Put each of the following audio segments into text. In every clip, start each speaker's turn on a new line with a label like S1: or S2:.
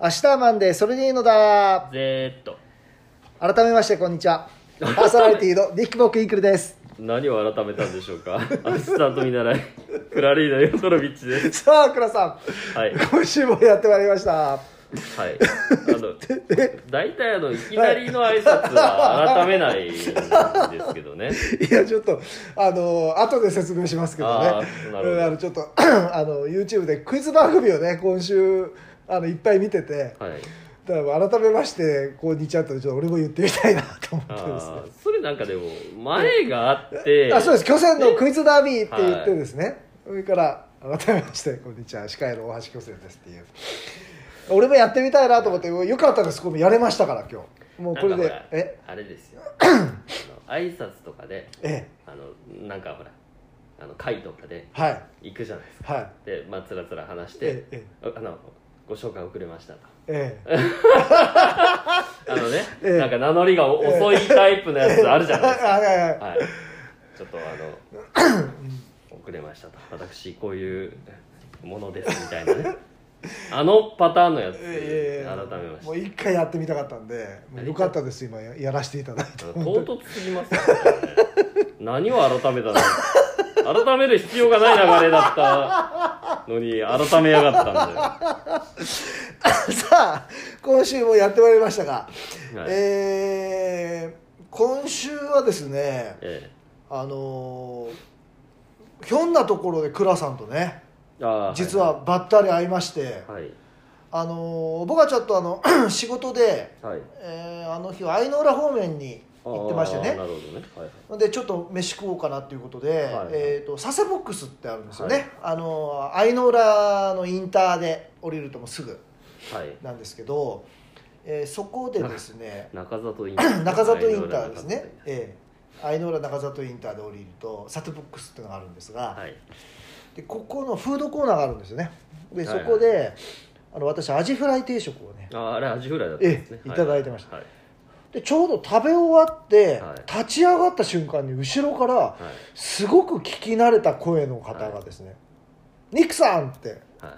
S1: 明日はマンデーそれでいいのだ
S2: Z
S1: 改めましてこんにちはパーソナリティのディック・ボック・イークルです
S2: 何を改めたんでしょうか アシスタント見習いクラリーナ・ヨトロビッチです
S1: さあ倉さ
S2: はい
S1: ん今週もやってまいりました
S2: はいあの大体あのいきなりの挨拶は改めないんですけどね
S1: いやちょっとあの後で説明しますけどね
S2: あーなるほど
S1: うんあのちょっと あの YouTube でクイズ番組をね今週あのいっぱい見てて
S2: はい
S1: だから改めましてこんにちはとちょっと俺も言ってみたいなと思ってですね
S2: あーそれなんかでも前があって
S1: あそうです去年のクイズダービーって言ってですね、それから改めましてこんにちは司会の大橋巨泉ですっていう俺もやってみたいなと思ってもうよかったですこれやれましたから今日もうこれ
S2: なん
S1: で
S2: かほら
S1: え
S2: あれですよあの挨拶とかで
S1: え
S2: あのなんかほらあの会とかで
S1: えはい
S2: 行くじゃないですか
S1: はい
S2: でまあつらつら話し
S1: え
S2: て
S1: え
S2: ああのご紹介遅れましたと
S1: え え
S2: あのね、
S1: ええ
S2: なんか名乗りが遅いタイプのやつあるじゃないですか。
S1: はいはいはい
S2: はい。ちょっと あの、遅れましたと。私、こういうものですみたいなね。あのパターンのやつ、
S1: ええ
S2: 改めまし
S1: もう
S2: て。
S1: 一回やってみたかったんでもうよかったです今ややらせていただいて
S2: 唐突すぎますからね。何を改めたの改める必要がない流れだったのに、改めやがったん
S1: さあ今週もやってまいりましたが、
S2: で。はい。
S1: えー今週はですね
S2: え
S1: あのーひょんなところで倉さんとね
S2: えああ
S1: 実はばったり会いまして、
S2: はい。
S1: あのー僕はちょっとあの 仕事で、
S2: はい。
S1: えーあの日は相の浦方面に行ってまして
S2: ああ
S1: ね
S2: なるほどね。はいはい。
S1: でちょっと飯食おうかなということで、
S2: はい
S1: えー、と佐世ボックスってあるんですよね、
S2: はい
S1: あのー相の浦のインターで降りるともうすぐ
S2: はい。
S1: なんですけど、えーそこでですね
S2: 中里インタ ー
S1: 中里インターですね、ええ、相の浦中里インターで降りるとサテボックスっていうのがあるんですが、
S2: はい
S1: でここのフードコーナーがあるんですよねで
S2: はい
S1: そ
S2: はい
S1: こで、あの私アジフライ定食をね
S2: ああれアジフライだったんですね
S1: ええいただいてました
S2: はい
S1: でちょうど食べ終わって、
S2: はい
S1: 立ち上がった瞬間に後ろから
S2: はい
S1: すごく聞き慣れた声の方がですね「ニックさん!」って
S2: は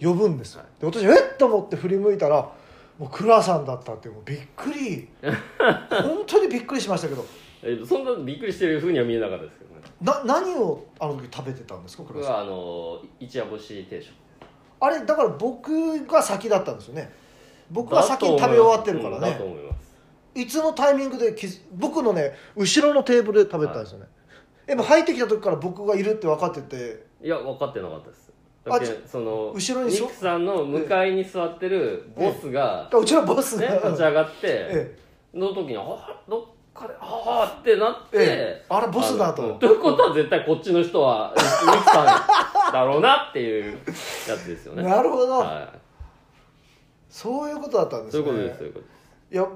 S2: い
S1: 呼ぶんですよ
S2: はい
S1: で私えっと思って振り向いたらもうクラさんだったっていうもうびっく り本当にびっくりしましたけど
S2: えそんなびっくりしてるふうには見えなかったですけどね
S1: な何をあの時食べてたんですかク
S2: 僕
S1: ラさん
S2: はあの一夜干し定食
S1: あれだから僕が先だったんですよね僕が先に食べ終わってるから
S2: だ
S1: ね
S2: と思います
S1: いつのタイミングで気づ僕のね後ろのテーブルで食べてたんですよね、えもう入ってきた時から僕がいるって分かってて
S2: いや分かってなかったですだって
S1: あ
S2: その
S1: 後ろに
S2: ニ
S1: そ
S2: ックさんの向かいに座ってるボスが
S1: うちのボス
S2: ね
S1: が、
S2: 立ち上がっ
S1: え
S2: ての時にああどっかでああってなっ
S1: え
S2: て
S1: えあれボスだと
S2: あのということは絶対こっちの人はニックさんだろうなっていうやつですよね
S1: なるほど、
S2: は
S1: そういうことだったん
S2: い、
S1: です
S2: そうい
S1: ね
S2: うことですそういうことです
S1: いや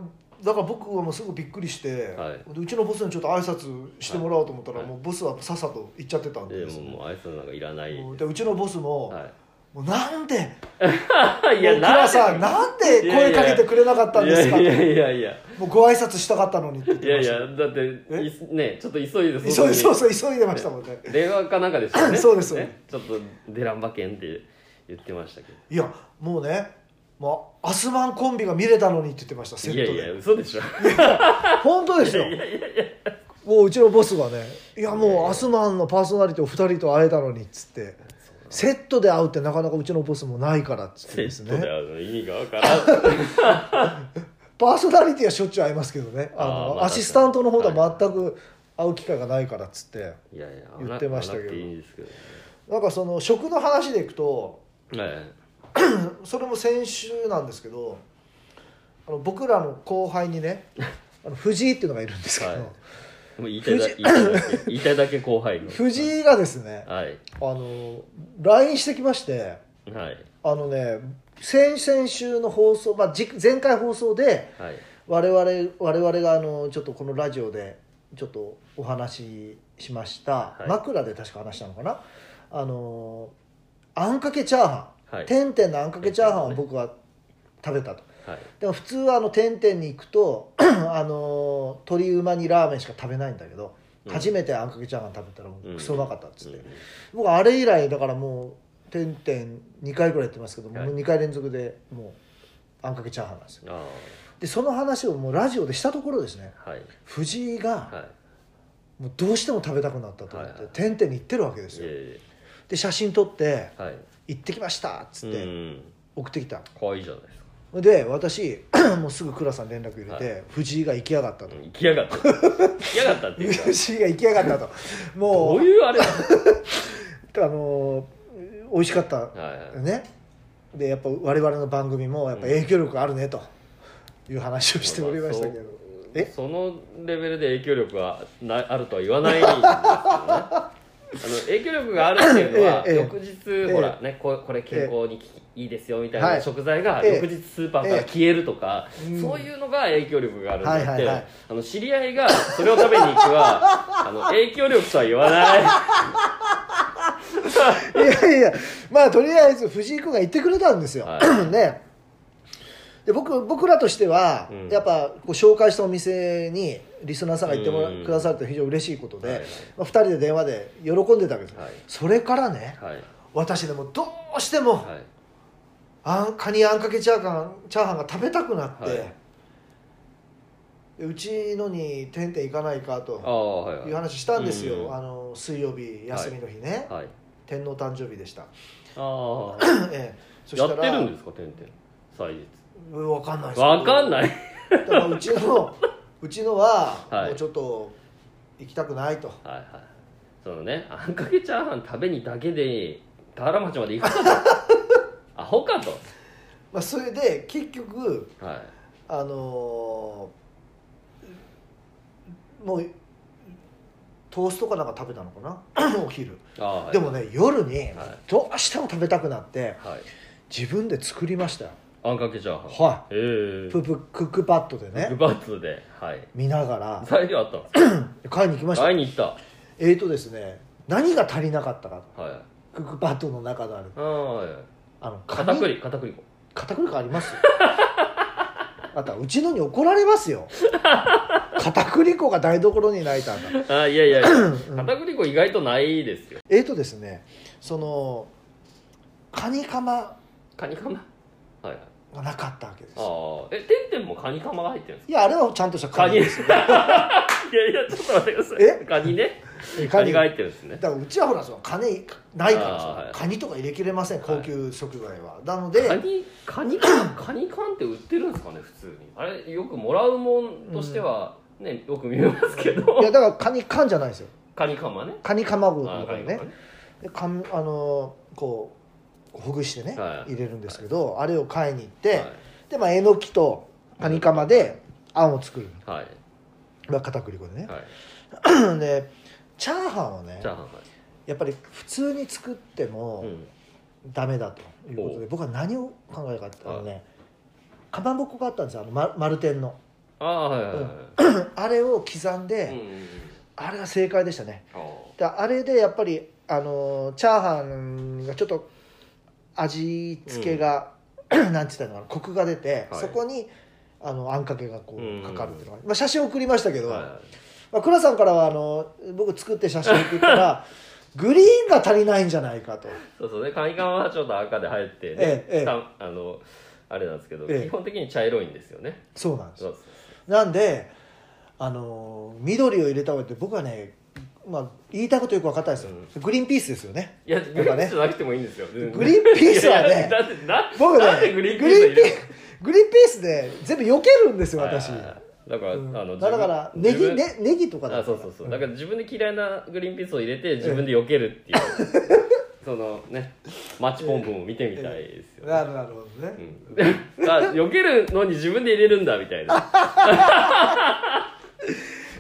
S1: だから僕はもうすぐびっくりして、
S2: は
S1: でうちのボスにちょっと挨拶してもらおうと思ったら、
S2: はい
S1: もうボスはさっさと行っちゃってたん
S2: え
S1: です
S2: ー、
S1: よね
S2: もうもう挨拶なんかいらない。
S1: もうでうちのボスも、
S2: は
S1: もうなんで
S2: い。い
S1: もう倉さん
S2: な
S1: なんで声かけてくれなかったんですか
S2: いやいやいやいや。
S1: もうご挨拶したかったのにって言っ
S2: い
S1: て
S2: や
S1: ま
S2: い
S1: した
S2: やだっていねちょっと急いで
S1: 急いそう
S2: そ
S1: そう急いでましたもんね
S2: う電話かなんかでしたよね。
S1: そうですそうです
S2: ね。ちょっと出らんばけんって言ってましたけ
S1: いやもうねまあアスマンコンビが見れたのにって言ってましたセ
S2: ど。
S1: ッ
S2: い
S1: トで
S2: やいや嘘でしょ。
S1: 本当ですよもううちのボスがねいやもうアスマンのパーソナリティお二人と会えたのにっつってセットで会うってなかなかうちのボスもないからっつって
S2: セ
S1: です
S2: ットで
S1: ね
S2: あの意味がわからん。
S1: パーソナリティはしょっちゅう会いますけどねあ
S2: あー
S1: の
S2: まあ
S1: アシスタントの方とは全く会う機会がないからっつって
S2: いやいや
S1: 言ってましたけど
S2: 会わなくていいんですけど
S1: なんかその食の話でいくと
S2: ね。はい。
S1: それも先週なんですけどあの僕らの後輩に ねあの藤井っていうのがいるんですけど、
S2: はいもう言いたいだけ言いたいだけ言いたいだけ後輩の。
S1: 藤井がですね
S2: はい
S1: あの LINE してきまして
S2: はい
S1: あのね先々週の放送、まあ、じ前回放送で
S2: はい
S1: 我々我々があのちょっとこのラジオでちょっとお話ししました、
S2: はい
S1: 枕で確か話したのかなあのあんかけチャーハン、
S2: はい
S1: 点々のあんかけチャーハンを僕は食べたと。
S2: はい。
S1: でも普通はあの点々に行くと あの鶏うまにラーメンしか食べないんだけど、
S2: うん
S1: 初めてあんかけチャーハン食べたらもうクソうまかったっつって、
S2: うん
S1: 僕あれ以来だからもう点々2回ぐらいやってますけど、もう
S2: はい
S1: 2回連続でもうあんかけチャーハンなんですよ
S2: あ
S1: でその話をもうラジオでしたところですね
S2: あはい
S1: 藤井が
S2: は
S1: もうどうしても食べたくなったと思っ
S2: はい
S1: て
S2: はい
S1: 点々に行ってるわけで
S2: い
S1: す
S2: いえい
S1: よ
S2: え
S1: で写真撮って
S2: はいっ
S1: 「行ってきました」っつって
S2: うん
S1: 送ってきた
S2: 可愛いじゃないですか
S1: で私 もうすぐ倉さん連絡入れて、藤井が行きやがったと
S2: うん行きやがった行きやがったっていうか
S1: 藤井が行きやがったと も
S2: ど
S1: う
S2: ういうあれだは
S1: あのー美味しかった
S2: いはい
S1: ねでやっぱ我々の番組もやっぱ影響力あるねという話をしておりましたけど、
S2: まあ
S1: え
S2: そのレベルで影響力がなあるとは言わないん ですよねあの影響力があるっていうのは、
S1: ええええ
S2: 翌日、
S1: え
S2: ほらねここれ健康にきいいですよみたい
S1: は
S2: ない食材が
S1: ええ
S2: 翌日スーパーから消えるとか、
S1: えうん
S2: そういうのが影響力があるんだって、
S1: はいはいはい
S2: あの知り合いがそれを食べに行く はあの影響力とは言わない
S1: いやいやまあとりあえず藤井君が言ってくれたんですよ、
S2: は
S1: ねで僕僕らとしては、
S2: うん
S1: やっぱこう紹介したお店にリスナーさんが行ってもら
S2: うん
S1: くださると非常に嬉しいことで、
S2: はいはい
S1: まあ、2人で電話で喜んでたわけです、
S2: はい
S1: それからね
S2: はい
S1: 私でもどうしても、
S2: はい
S1: あんカニあんかけチャーハンチャーハンが食べたくなって、
S2: はい
S1: でうちのに点々行かないか
S2: あ
S1: と
S2: あはいはい
S1: いう話したんですよ、
S2: うん
S1: あの水曜日休みの日ね、
S2: はい
S1: 天皇誕生日で した、
S2: あ
S1: ええそ
S2: あや
S1: し
S2: ったて
S1: ら
S2: るんですかてんてん祭
S1: うんわかんない
S2: 日わかん
S1: い
S2: ない
S1: だからうちのうちのは、
S2: はい
S1: もうちょっと行きたくないと
S2: はいはいそのねあんかけチャーハン食べにだけで田原町まで行くか とアホかと
S1: まあそれで結局
S2: はい
S1: あのーもうトーストかなんか食べたの かなお昼
S2: ああはい
S1: でもね夜に
S2: はい
S1: どうしても食べたくなって
S2: はい
S1: 自分で作りましたよ
S2: あんかけチャーハン
S1: はい
S2: ええ
S1: プープークックパッドで
S2: グ
S1: ね
S2: バッツではい
S1: 見ながら
S2: 材料あったんです
S1: 買いに行きまし
S2: か
S1: たえ
S2: 会いに行った
S1: ーとですね何が足りなかったか
S2: はい
S1: クックパッドの中のある
S2: ああはい
S1: あのカニ
S2: 片栗片栗粉
S1: 片栗粉ありますあとはうちのに怒られます よ片栗粉が台所にないとあんた
S2: ああいやいやいや
S1: ん
S2: 片栗粉意外とないですよ
S1: えーとですねそのカニカマ
S2: カニカマはいはい
S1: がなかったわけです
S2: ああえてんてんもカニカマが入ってるんです
S1: いやあれはちゃんとした
S2: かカ
S1: カ
S2: ニ
S1: ニ
S2: で
S1: ですす
S2: いやいやちょっと待ってください
S1: え
S2: カニね
S1: え
S2: カニが入ってるんですね
S1: だからうちはほらその金いないからさ、
S2: あーはい
S1: カニとか入れきれません
S2: はい
S1: 高級食材は、なの
S2: カ
S1: で
S2: ニカニ缶カニ缶って売ってるんですかね普通にあれよくもらうもんとしては、ねよく見ます け
S1: い
S2: ど
S1: やだからカニ缶じゃないですよ
S2: カニ缶はね
S1: カニかまぼこ
S2: あ
S1: と
S2: カ
S1: か
S2: ニ
S1: に
S2: カ
S1: ね
S2: マね
S1: でかんあのーこうほぐしてね、
S2: はい
S1: 入れるんですけど、あれを買いに行って、
S2: はい
S1: でまあえのきとカニカマであんを作る、
S2: はい
S1: まあ、片栗粉でね、
S2: はい
S1: でチャーハンはね
S2: チャーハン
S1: やっぱり普通に作って
S2: は
S1: も
S2: い、うん、
S1: ダメだということで、
S2: お
S1: 僕は何を考えたかってあのねかまぼっこがあったんですよあのま丸天の
S2: ああはいはいはい
S1: あれを刻んで、
S2: うんうんうん
S1: あれが正解でしたね
S2: あ
S1: であれでやっぱりあのーチャーハンがちょっと味付けが、 なんて言ったらいいのかなコクが出て、
S2: はい
S1: そこにあのあんかけがこ
S2: うん
S1: うかかるっていうのが、まあ、写真送りましたけ
S2: あ
S1: ど、
S2: はいはい
S1: まあ、倉さんからはあの僕作って写真送ったら グリーンが足りないんじゃないかと
S2: そうそうねカニ缶はちょっと赤で入ってね、
S1: ええええ
S2: たあのあれなんですけど、
S1: ええ
S2: 基本的に茶色いんですよね
S1: そうなんです
S2: そう
S1: よ
S2: そう
S1: なんであのー緑を入れた方がいいって僕はね、まあ、言いたいことよく分かったんですよ、グリーンピースですよね
S2: いやグリーンピースじゃなくてもいいんですよ、
S1: グリーンピースはね
S2: いやいやだってな
S1: 僕ね
S2: なんでグ
S1: グリ
S2: リー
S1: ーン
S2: ン
S1: ピ
S2: ピース入れる
S1: ーグリーンピースで全部避けるんですよ私、
S2: はいはいはいだか
S1: う
S2: ら、
S1: ん
S2: あの
S1: だからネ
S2: 自分
S1: ギ、ね、ネギとかだ
S2: あ
S1: った
S2: そう
S1: ら
S2: そうそう、
S1: ん
S2: だから自分で嫌いなグリーンピースを入れて自分で避けるっていう、 そのねマッチポンプも見てみたいですよ、
S1: なるなるほどね、
S2: うん、あ避けるのに自分で入れるんだみた いな
S1: い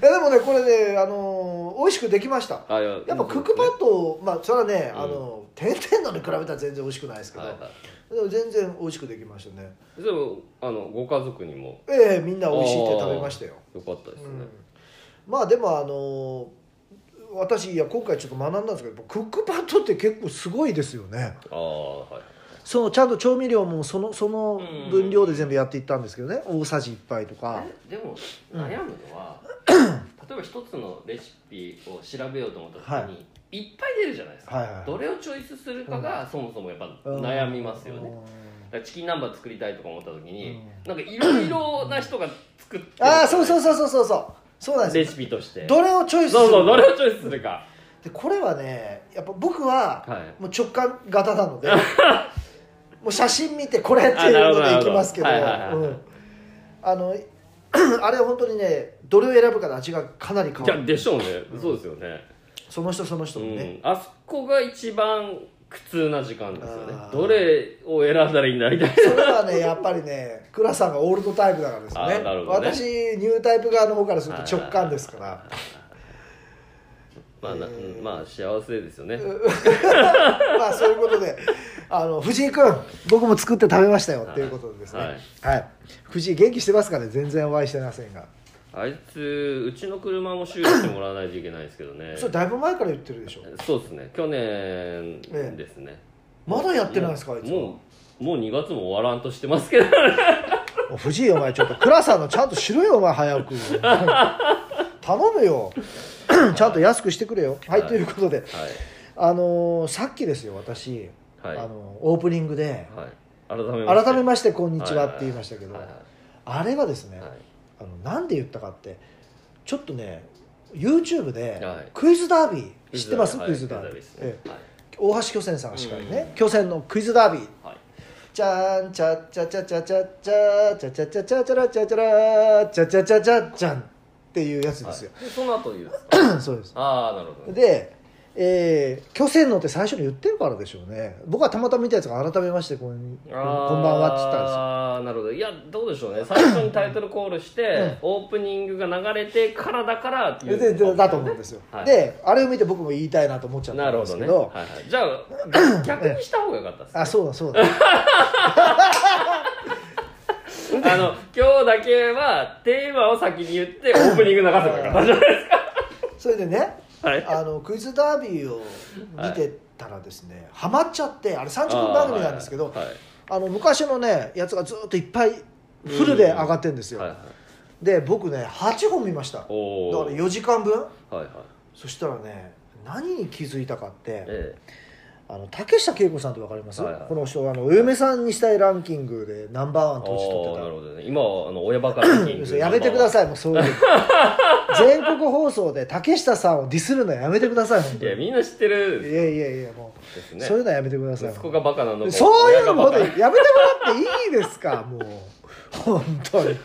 S1: やでもねこれね、あのー美味しくできました
S2: あいや
S1: やっぱクックパッド、まあそれはね、あの点々のに比べたら全然美味しくないですけど、
S2: はいはい
S1: でも全然美味しくできましたね
S2: それもあのご家族にも
S1: ええみんな美味しいって食べましたよ、
S2: よかったです
S1: う
S2: ね、
S1: ん、まあでもあのー私いや今回ちょっと学んだんですけどクックパッドって結構すごいですよね
S2: ああはい
S1: そのちゃんと調味料もそのその分量で全部やっていったんですけどね大さじ1杯とか
S2: えでも悩む のは、例えば一つのレシピを調べようと思った時に、、
S1: はい
S2: っぱい出るじゃないですか、
S1: はいはい
S2: どれをチョイスするかがそもそもやっぱ
S1: うん
S2: 悩みますよね、
S1: うん
S2: だからチキン南蛮作りたいとか思った時に、
S1: うん
S2: なんかいろいろな人が作って
S1: ああそうそううそうそうそうそうそうなんで
S2: レ
S1: す
S2: シピとして
S1: よどれをチョイスする
S2: そうそうどれをチョイスするか
S1: でこれはねやっぱ僕は
S2: はい
S1: もう直感型な のでもう写真見てこれっていうのでいきますけど
S2: あなるほどなるほど
S1: うんあの あれ本当にねどれを選ぶかで味がかなり変
S2: い
S1: わ
S2: や
S1: る
S2: でしょうね、そうですよね、
S1: その人その人
S2: う
S1: のね、
S2: ん、あそこが一番苦痛な時間ですよね
S1: あー
S2: どれを選んだらいいんだ みたいな
S1: それはねやっぱりね倉さんがオールドタイプだからですよ
S2: あ
S1: ね
S2: なるほどね
S1: 私ニュータイプ側の方からすると直感ですから
S2: まあ、な
S1: えー
S2: まあ幸せですよね、
S1: まあそういうことであの藤井君僕も作って食べましたよっていうことでですね
S2: は
S1: はい
S2: い、
S1: 藤井元気してますかね全然お会いしてませんが
S2: あいつうちの車も修理してもらわないといけないですけどね
S1: それだいぶ前から言ってるでしょ
S2: そうですね去年ですね、
S1: まだやってないんですかあいつ
S2: もうもう2月も終わらんとしてますけど
S1: お藤井お前ちょっと倉さんのちゃんとしろよお前早 く頼むよ ちゃんと安くしてくれよはい、
S2: はい
S1: ということで
S2: はい
S1: あのーさっきですよ私、
S2: はい
S1: あのーオープニングで
S2: はい改め
S1: 「
S2: まして
S1: 改め
S2: し
S1: ましてこんにちは」って言いましたけど、あれはですね、あのなんで言ったかってちょっとね YouTube で
S2: はい
S1: クイズダービー知ってますクイズダービー、
S2: ですね
S1: ええ大橋巨泉さんが司会
S2: う
S1: ね
S2: ん
S1: 巨泉のクイズダービー
S2: はい
S1: じゃーんちゃっちゃちゃちゃちゃちゃちゃちゃちゃちゃちゃらちゃちゃらちゃちゃちゃちゃちゃんっていうやつ
S2: は
S1: で
S2: い
S1: すよ、
S2: でその後言うんですか
S1: そうです
S2: ああなるほどね
S1: で、えー、巨泉のって最初に言ってるからでしょうね僕はたまたま見たやつが改めましてこんこんばんはって言ったんですよ
S2: ああなるほどいやどうでしょうね最初にタイトルコールして、オープニングが流れてからだからっていう
S1: ででだと思うんですよ、
S2: はい
S1: であれを見て僕も言いたいなと思っちゃっ
S2: な
S1: たん
S2: るほ
S1: です
S2: ど
S1: け
S2: ね、
S1: ど
S2: はいはい、じゃあ逆にした方が良かったです
S1: あそうだそうだ
S2: あの今日だけはテーマを先に言ってオープニング流せばよかったじゃないです
S1: それでね
S2: かはい
S1: あのクイズダービーを見てたらですね、ハマっちゃってあれ30分番組なんですけどあ、
S2: はいはい
S1: の昔のねやつがずっといっぱいフルで上がってるんですよ、
S2: はいはい
S1: で僕ね8本見ましただから
S2: おー
S1: 4時間分
S2: はいはい
S1: そしたらね何に気づいたかって
S2: え
S1: あの竹下恵子さんって分かります、
S2: はいはい
S1: この人あのお嫁さんにしたいランキングでナンバーワ
S2: え
S1: ン年取って
S2: おー
S1: た
S2: なるほどね今はあの親バカランキン
S1: 嘘
S2: グ
S1: やめてくだ
S2: い
S1: さいもうそういう 全国放送で竹下さんをディスるのやめてください本
S2: い
S1: 当
S2: や
S1: に
S2: みんな知って
S1: い
S2: る
S1: やいやいやも
S2: で
S1: う、
S2: すね
S1: そういうのはやめてください
S2: 息子がバカなのか
S1: そういうのも
S2: 親が
S1: や
S2: バ
S1: め
S2: カ
S1: てもらっていいですかもう本当に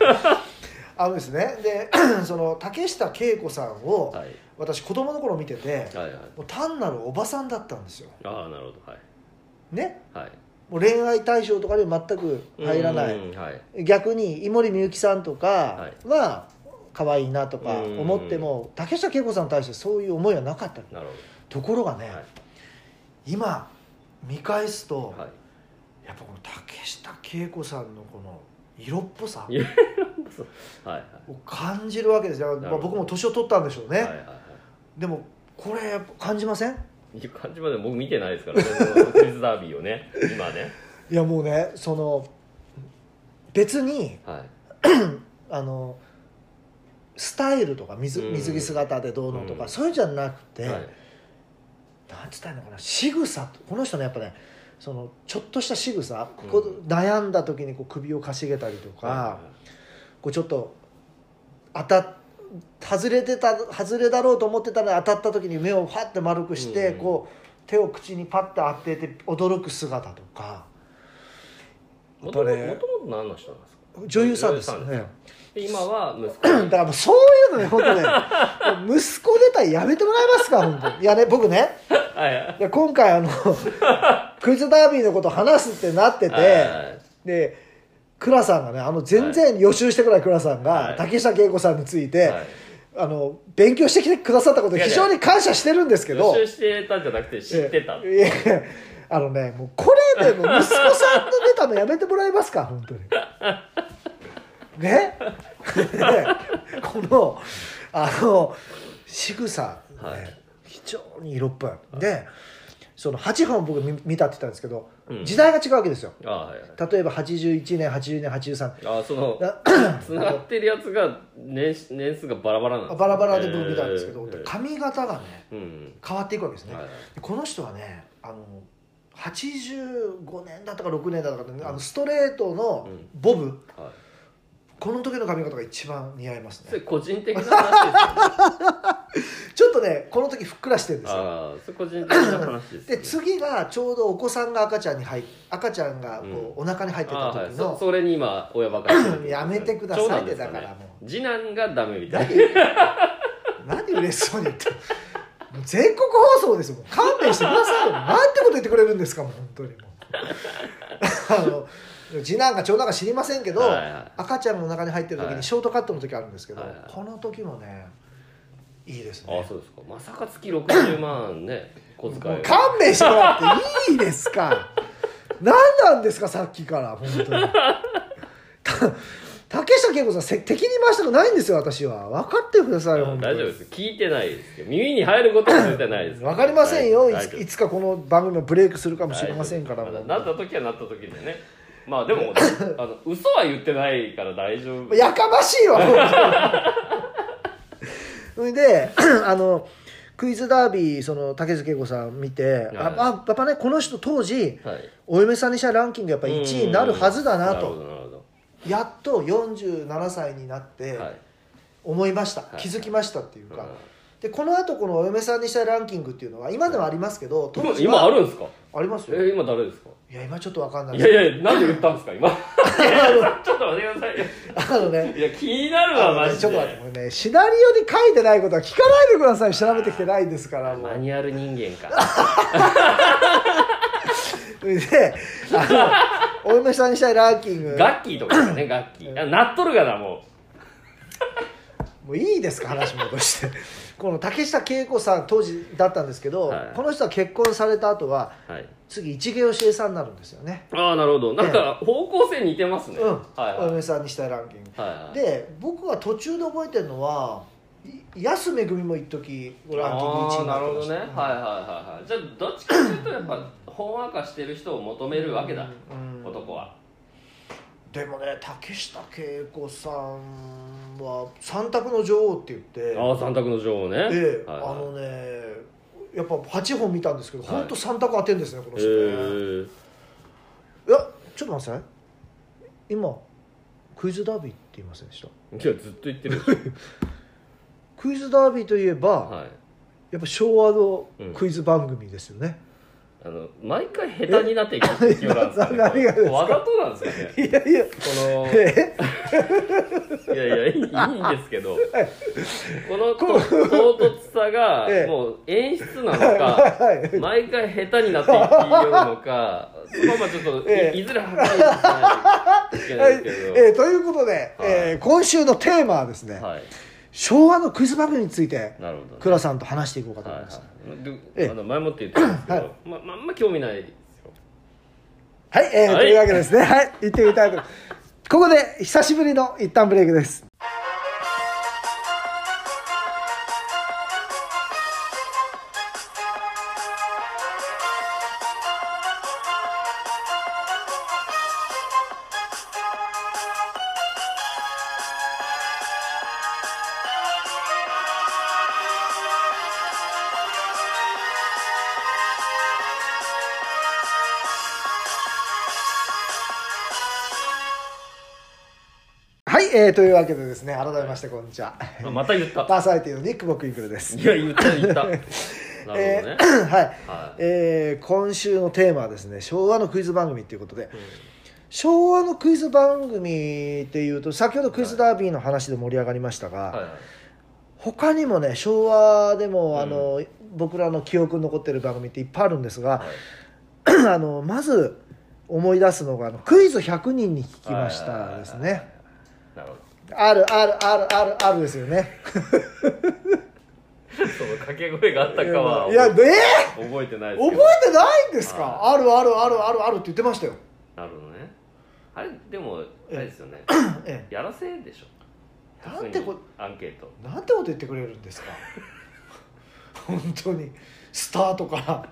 S1: あのですねで その竹下恵子さんを、
S2: はい
S1: 私子供の頃見てて
S2: はいはい
S1: もう単なるおばさんだったんですよ
S2: ああなるほどはい
S1: ね
S2: はい
S1: もう恋愛対象とかには全く入らな
S2: う
S1: い
S2: んはい
S1: 逆に井森美幸さんとか
S2: い
S1: は可愛いなとか
S2: うん
S1: 思っても竹下恵子さんに対してそういう思いはなかった
S2: なる
S1: ところが
S2: ほ
S1: ね、
S2: どはい
S1: 今見返すと、
S2: は
S1: やっぱこの竹下恵子さんのこの色っぽさ
S2: いやいはい
S1: を感じるわけですよ、
S2: な
S1: ま
S2: る
S1: あ、
S2: ほど
S1: 僕も年を取ったんでしょうね、
S2: はいはいは
S1: でもこれやっぱ感じません
S2: いいや感じまで僕見てないですからねそのクイズダービーをね今ね
S1: いやもうねその別に
S2: はい
S1: あのスタイルとか水
S2: うん
S1: 水着姿でどうのとか、
S2: うん
S1: そういうんじゃなくて、
S2: は
S1: なんつったらいいのかな仕草とこの人ねやっぱねそのちょっとした仕草、
S2: うん
S1: こう悩んだ時にこう首をかしげたりとか、こうちょっと当たっ外れてた外れだろうと思ってたのに当たった時に目をファッて丸くして、
S2: うん
S1: こう手を口にパッて当てて驚く姿とかあ
S2: もと
S1: と
S2: もと
S1: ね
S2: 何の人なんですか
S1: 女優さんです
S2: 女優さん
S1: ね。
S2: で今は 息子
S1: だからもうそういうのね、本当ね、もう息子出たらやめてもらえますか、本当に。いやね、僕ね、
S2: はいはい
S1: いや今回あ の、クイズダービーのこと話すってなって
S2: はいは
S1: て、
S2: い
S1: で、倉さんがね、あの、全然予習してこない倉さんが、
S2: はい
S1: 竹下恵子さんについて、
S2: はい
S1: あの、勉強してきてくださったこと、
S2: いやい
S1: 非
S2: や
S1: 常に感謝してるんですけど、
S2: 予習してたんじゃなくて知ってた、
S1: ええいやあのね、もうこれでもう息子さんと出たのやめてもらえますか、本当に。ね ねこの、あの、仕草、ね
S2: はい
S1: 非常に色っぽい。で、その8本僕見見たって言ったんですけど、
S2: うん
S1: 時代が違うわけですよ。
S2: ああはいはい
S1: 例えば81年、82年、83
S2: ああその
S1: 年。
S2: つながってるやつが年年数がバラバラなんです ね
S1: バラバラで僕見たんですけど、
S2: えーえー
S1: 髪型がね、
S2: うん
S1: 変わっていくわけですね。
S2: はいはい
S1: でこの人はねあの85年だったか6年だったか、ねあのストレートのボブ、
S2: はい
S1: この時の髪型が一番似合います
S2: それ
S1: ね
S2: 個人的 な話ですよね
S1: ちょっとねこの時ふっくらしてるんですよ
S2: ああそれ個人的な話です
S1: で
S2: よね
S1: 次がちょうどお子さんが赤ちゃんに入っ赤ちゃんがこう、お腹に入って
S2: あ
S1: た
S2: あはい
S1: 時
S2: そ
S1: の、
S2: それに今親ばかり
S1: やめてくださいってだからも
S2: う次男がダメみたい
S1: 何何嬉しそうに言ってもう全国放送ですもん勘弁してくださいよなんてこと言ってくれるんですかもう本当にもうあの次男が長男が知りませんけど、
S2: はいはい
S1: 赤ちゃんのお腹に入ってる時
S2: は
S1: に
S2: い
S1: ショートカットの時あるんですけど、
S2: はいはい
S1: この時もねいいです
S2: なああ
S1: ね
S2: そうですかまさか月60万ね小遣い
S1: も
S2: を
S1: う勘弁してもらっていいですか何なんですかさっきから本当にた竹下恵子さんせ敵に回したくないんですよ私は分かってくださいよ
S2: あ
S1: 本当
S2: 大
S1: に
S2: 丈夫です聞いてないですよ耳に入ることは絶対ないです
S1: わかりませんよ、
S2: はい大
S1: つ
S2: 丈夫
S1: いつかこの番組がブレイクするかもしれませんから、
S2: はい
S1: もう
S2: なった時はなった時でねまあでもあの嘘は言ってないから大丈夫
S1: やかましいわ本当にそ れで あのクイズダービーその竹津恵子さん見て、あ
S2: はい
S1: あやっぱねこの人当時
S2: はい
S1: お嫁さんにしたランキングやっぱ1位になるはずだな
S2: うん
S1: と
S2: るほどなるほど
S1: やっと47歳になって
S2: はい
S1: 思いました、
S2: はい
S1: 気づきましたっていうか、
S2: うん
S1: でこの後このお嫁さんにしたランキングっていうのは今ではありますけど当
S2: 今
S1: 時は
S2: 今あるんですか
S1: あります
S2: え
S1: よ
S2: 今誰ですか
S1: いや今ちょっとわかんない
S2: い
S1: です
S2: やいやなんで言ったんですか今 いやちょっと待ってくださいよ
S1: あのね
S2: いや気になるわ
S1: あの
S2: マ
S1: ね
S2: ジ
S1: ちょっと待っ
S2: で
S1: て、これね、シナリオに書いてないことは聞かないでください。調べてきてないんですから、も
S2: マ
S1: う。
S2: ニュアル人間か
S1: それで、あ の、お嫁さんにしたいランキング、
S2: ガッキーとかです ねガッキーあなっとるがなも
S1: もういいですか、話戻して。この竹下恵子さん、当時だったんですけど、
S2: はい
S1: この人は結婚された後は、
S2: うはい
S1: 次、市毛よしえさんになるんですよね。
S2: ああなるほどなんか方向性似てますね
S1: うん、
S2: はい
S1: お
S2: はい
S1: 嫁さんにしたいランキング。
S2: はいはい
S1: で、僕が途中で覚えてるのは、い安めぐみも一時ランキング1位にな
S2: あ
S1: っ
S2: ーな
S1: て
S2: るほ
S1: ま
S2: ど
S1: し
S2: ね、
S1: た
S2: はいはいはいはいじゃあどっちかというとやっぱほんわかしてる人を求めるわけだ、
S1: うん
S2: 男は
S1: でもね竹下恵子さんは三択の女王って言って
S2: ああ三択の女王ね
S1: で、
S2: はいはい
S1: あのねやっぱ8本見たんですけど
S2: はい
S1: 本当三択当てんですね、この
S2: へ
S1: 人ね
S2: ー
S1: いやちょっと待ってください今クイズダービーって言いませんでした
S2: いやずっと言ってる
S1: クイズダービーといえば、
S2: はい
S1: やっぱ昭和のクイズ番組ですよ ね、
S2: あの毎回下手になっていく必要なんですか、ね、
S1: な何がですか
S2: わざとなんですかね
S1: いやいや
S2: こ
S1: え
S2: のいやいやいいいいんですけど
S1: はい
S2: このと唐突さが
S1: ええ
S2: もう演出なのか
S1: はい
S2: 毎回下手になっていっていよるのかそこはまあちょっ とい,、
S1: ええ
S2: ずれはっきりしないといけな
S1: はいい、
S2: ですけ ど、
S1: えーということで、えー今週のテーマはですね、
S2: はい、
S1: 昭和のクイズ番組について
S2: なるほど、ね。
S1: 倉さんと話していこうかと
S2: は
S1: 思い
S2: い
S1: ます、
S2: はい。
S1: ええ
S2: で、あの前もって言ってたんですけ
S1: は
S2: ど、ままあんま興味ないですよ。
S1: はい、えー
S2: はい
S1: というわけですね。はい、行ってみたいと思います。ここで久しぶりの一旦ブレイクです。はい、えーというわけでですね、改めましてこんにちは。
S2: あまた言った。
S1: パーソナリティのニック・ボックインクルです。
S2: いや言った言った。 なるほど
S1: え
S2: ね。
S1: ー はい、
S2: はい
S1: えー今週のテーマはですね、昭和のクイズ番組ということで、昭和のクイズ番組っていうと、先ほどクイズダービーの話で盛り上がりましたが、
S2: はいはい。
S1: 他にもね昭和でも、
S2: うん
S1: あの僕らの記憶に残ってる番組っていっぱいあるんですが、
S2: はい
S1: あのまず思い出すのがあの「クイズ100人に聞きました」です
S2: はいはいはい
S1: ね
S2: なるほ
S1: あるあるあるあるあるですよね
S2: ど。 その掛け声があったかは。
S1: いやえー、
S2: 覚えてないです
S1: 覚え
S2: けど。
S1: てないんですか
S2: は
S1: あるあるあるあるあるって言ってましたよ、
S2: なるほどね。あれでもあれです よね。
S1: え
S2: やらせでしょ。
S1: えなんてこ
S2: 普通にアンケート。
S1: なんてこと言ってくれるんですか 本当にスタートから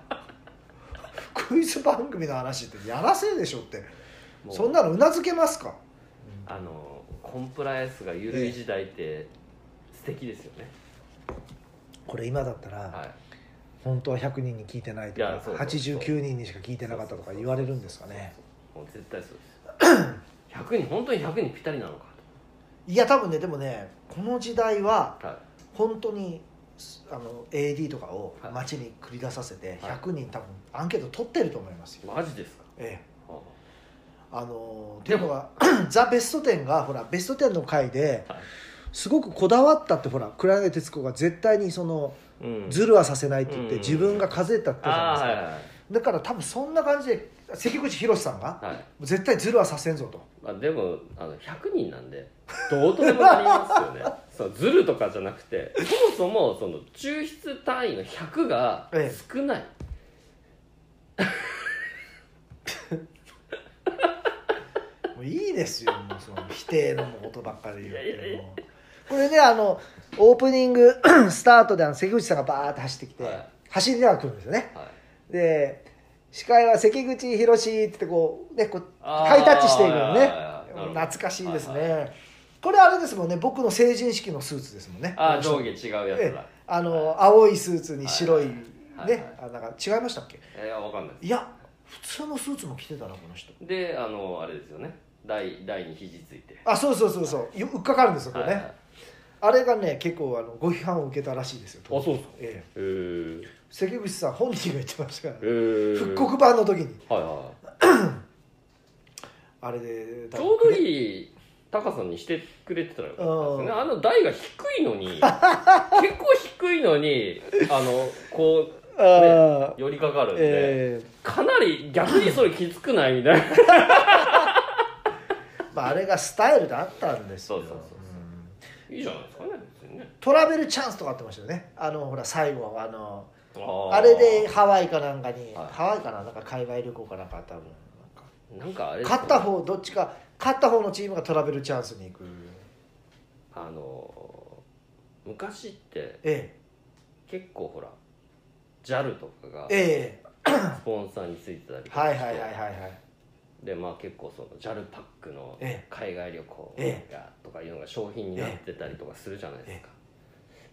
S1: クイズ番組の話ってやらせでしょって
S2: もう
S1: そんなのうなずけますか
S2: あのコンプライアンスが緩い時代って素敵ですよね。
S1: これ今だったら、
S2: はい。
S1: 本当は100人に聞いてないと
S2: いや
S1: か
S2: そうそうそう
S1: 89人にしか聞いてなかったとか言われるんですかね
S2: もう絶対そうです100人本当に100人ぴったりなのか
S1: いや多分ねでもねこの時代は
S2: と、はい、
S1: 本当にあの AD とかを
S2: はい
S1: 街に繰り出させて
S2: はい
S1: 100人多分アンケート取ってると思いますよ、
S2: マジですか、
S1: ええ
S2: は
S1: あのってい
S2: で
S1: うの
S2: も
S1: が 「ザ・ベストテン」がほらベストテンの回で
S2: はい
S1: すごくこだわったってほら黒柳徹子が絶対にその
S2: あうん、
S1: ズルはさせないって言っ
S2: う
S1: て
S2: ん
S1: 自分が数えたって言った
S2: あ
S1: じ
S2: あ
S1: ゃ
S2: は
S1: ないいですかだから多分そんな感じで関口宏さんが
S2: はい、はい
S1: 絶対ズルはさせんぞと
S2: まあ、でもあの100人なんでどうとでもなりま すよねそうズルとかじゃなくてそもそもその抽出単位の100が
S1: え
S2: 少ない、
S1: もういいですよもうその否定のことばっかり言っ
S2: いやいやい
S1: て
S2: や
S1: もうこれねあのオープニング スタートであの関口さんがバーって走ってきて、
S2: はい
S1: 走りながら来るんですよね
S2: はい、
S1: で司会は関口宏って言ってこうねこう
S2: あー
S1: ハイタッチしていくの
S2: はい
S1: ね
S2: はいはい
S1: 懐かしいですね、
S2: はい
S1: これあれですもんね僕の成人式のスーツですもんね
S2: ああ上下違うやつ
S1: え
S2: だ
S1: えあの青いスーツに白い
S2: はい
S1: ね、
S2: はいはい
S1: あなんか違いましたっけ
S2: いやわかんないで
S1: いや普通のスーツも着てたなこの人
S2: すであのあれですよね台台に肘ついて
S1: あそうそうそうそうようっかかるんですよこれね、
S2: はいはい
S1: あれがね結構あのご批判を受けたらしいですよ
S2: あそうですか
S1: ええ
S2: へー
S1: 関口さん本人が言ってましたから、
S2: へー
S1: 復刻版の時に
S2: はいは
S1: あれで
S2: いちょうどいい高さにしてくれてたらよかったですね
S1: うん
S2: あの台が低い のに結構低いのにあのこ
S1: ああ、
S2: う寄りかかるんで、
S1: ええ
S2: かなり逆にそれきつくないみたいな
S1: まあ、あれがスタイルだったんですよ
S2: そうそうそうそうんいいじゃないですかね別にね
S1: トラベルチャンスとかあってましたよねあのほら最後はあの
S2: あ
S1: あ
S2: ー
S1: れでハワイかなんかに、
S2: はい
S1: ハワイかななんか海外旅行かなんか多分な
S2: なんかあれ
S1: んか勝った方どっちか勝った方のチームがトラベルチャンスに行く
S2: あの昔って
S1: え
S2: 結構ほら JAL とかが
S1: ええ
S2: スポンサーについてたり
S1: え
S2: とか
S1: は
S2: し
S1: い
S2: て、
S1: はいはいはいはい
S2: でまあ結構その JAL パックの
S1: え
S2: 海外旅行
S1: え
S2: がとかいうのが商品になってたりとかするじゃないですか、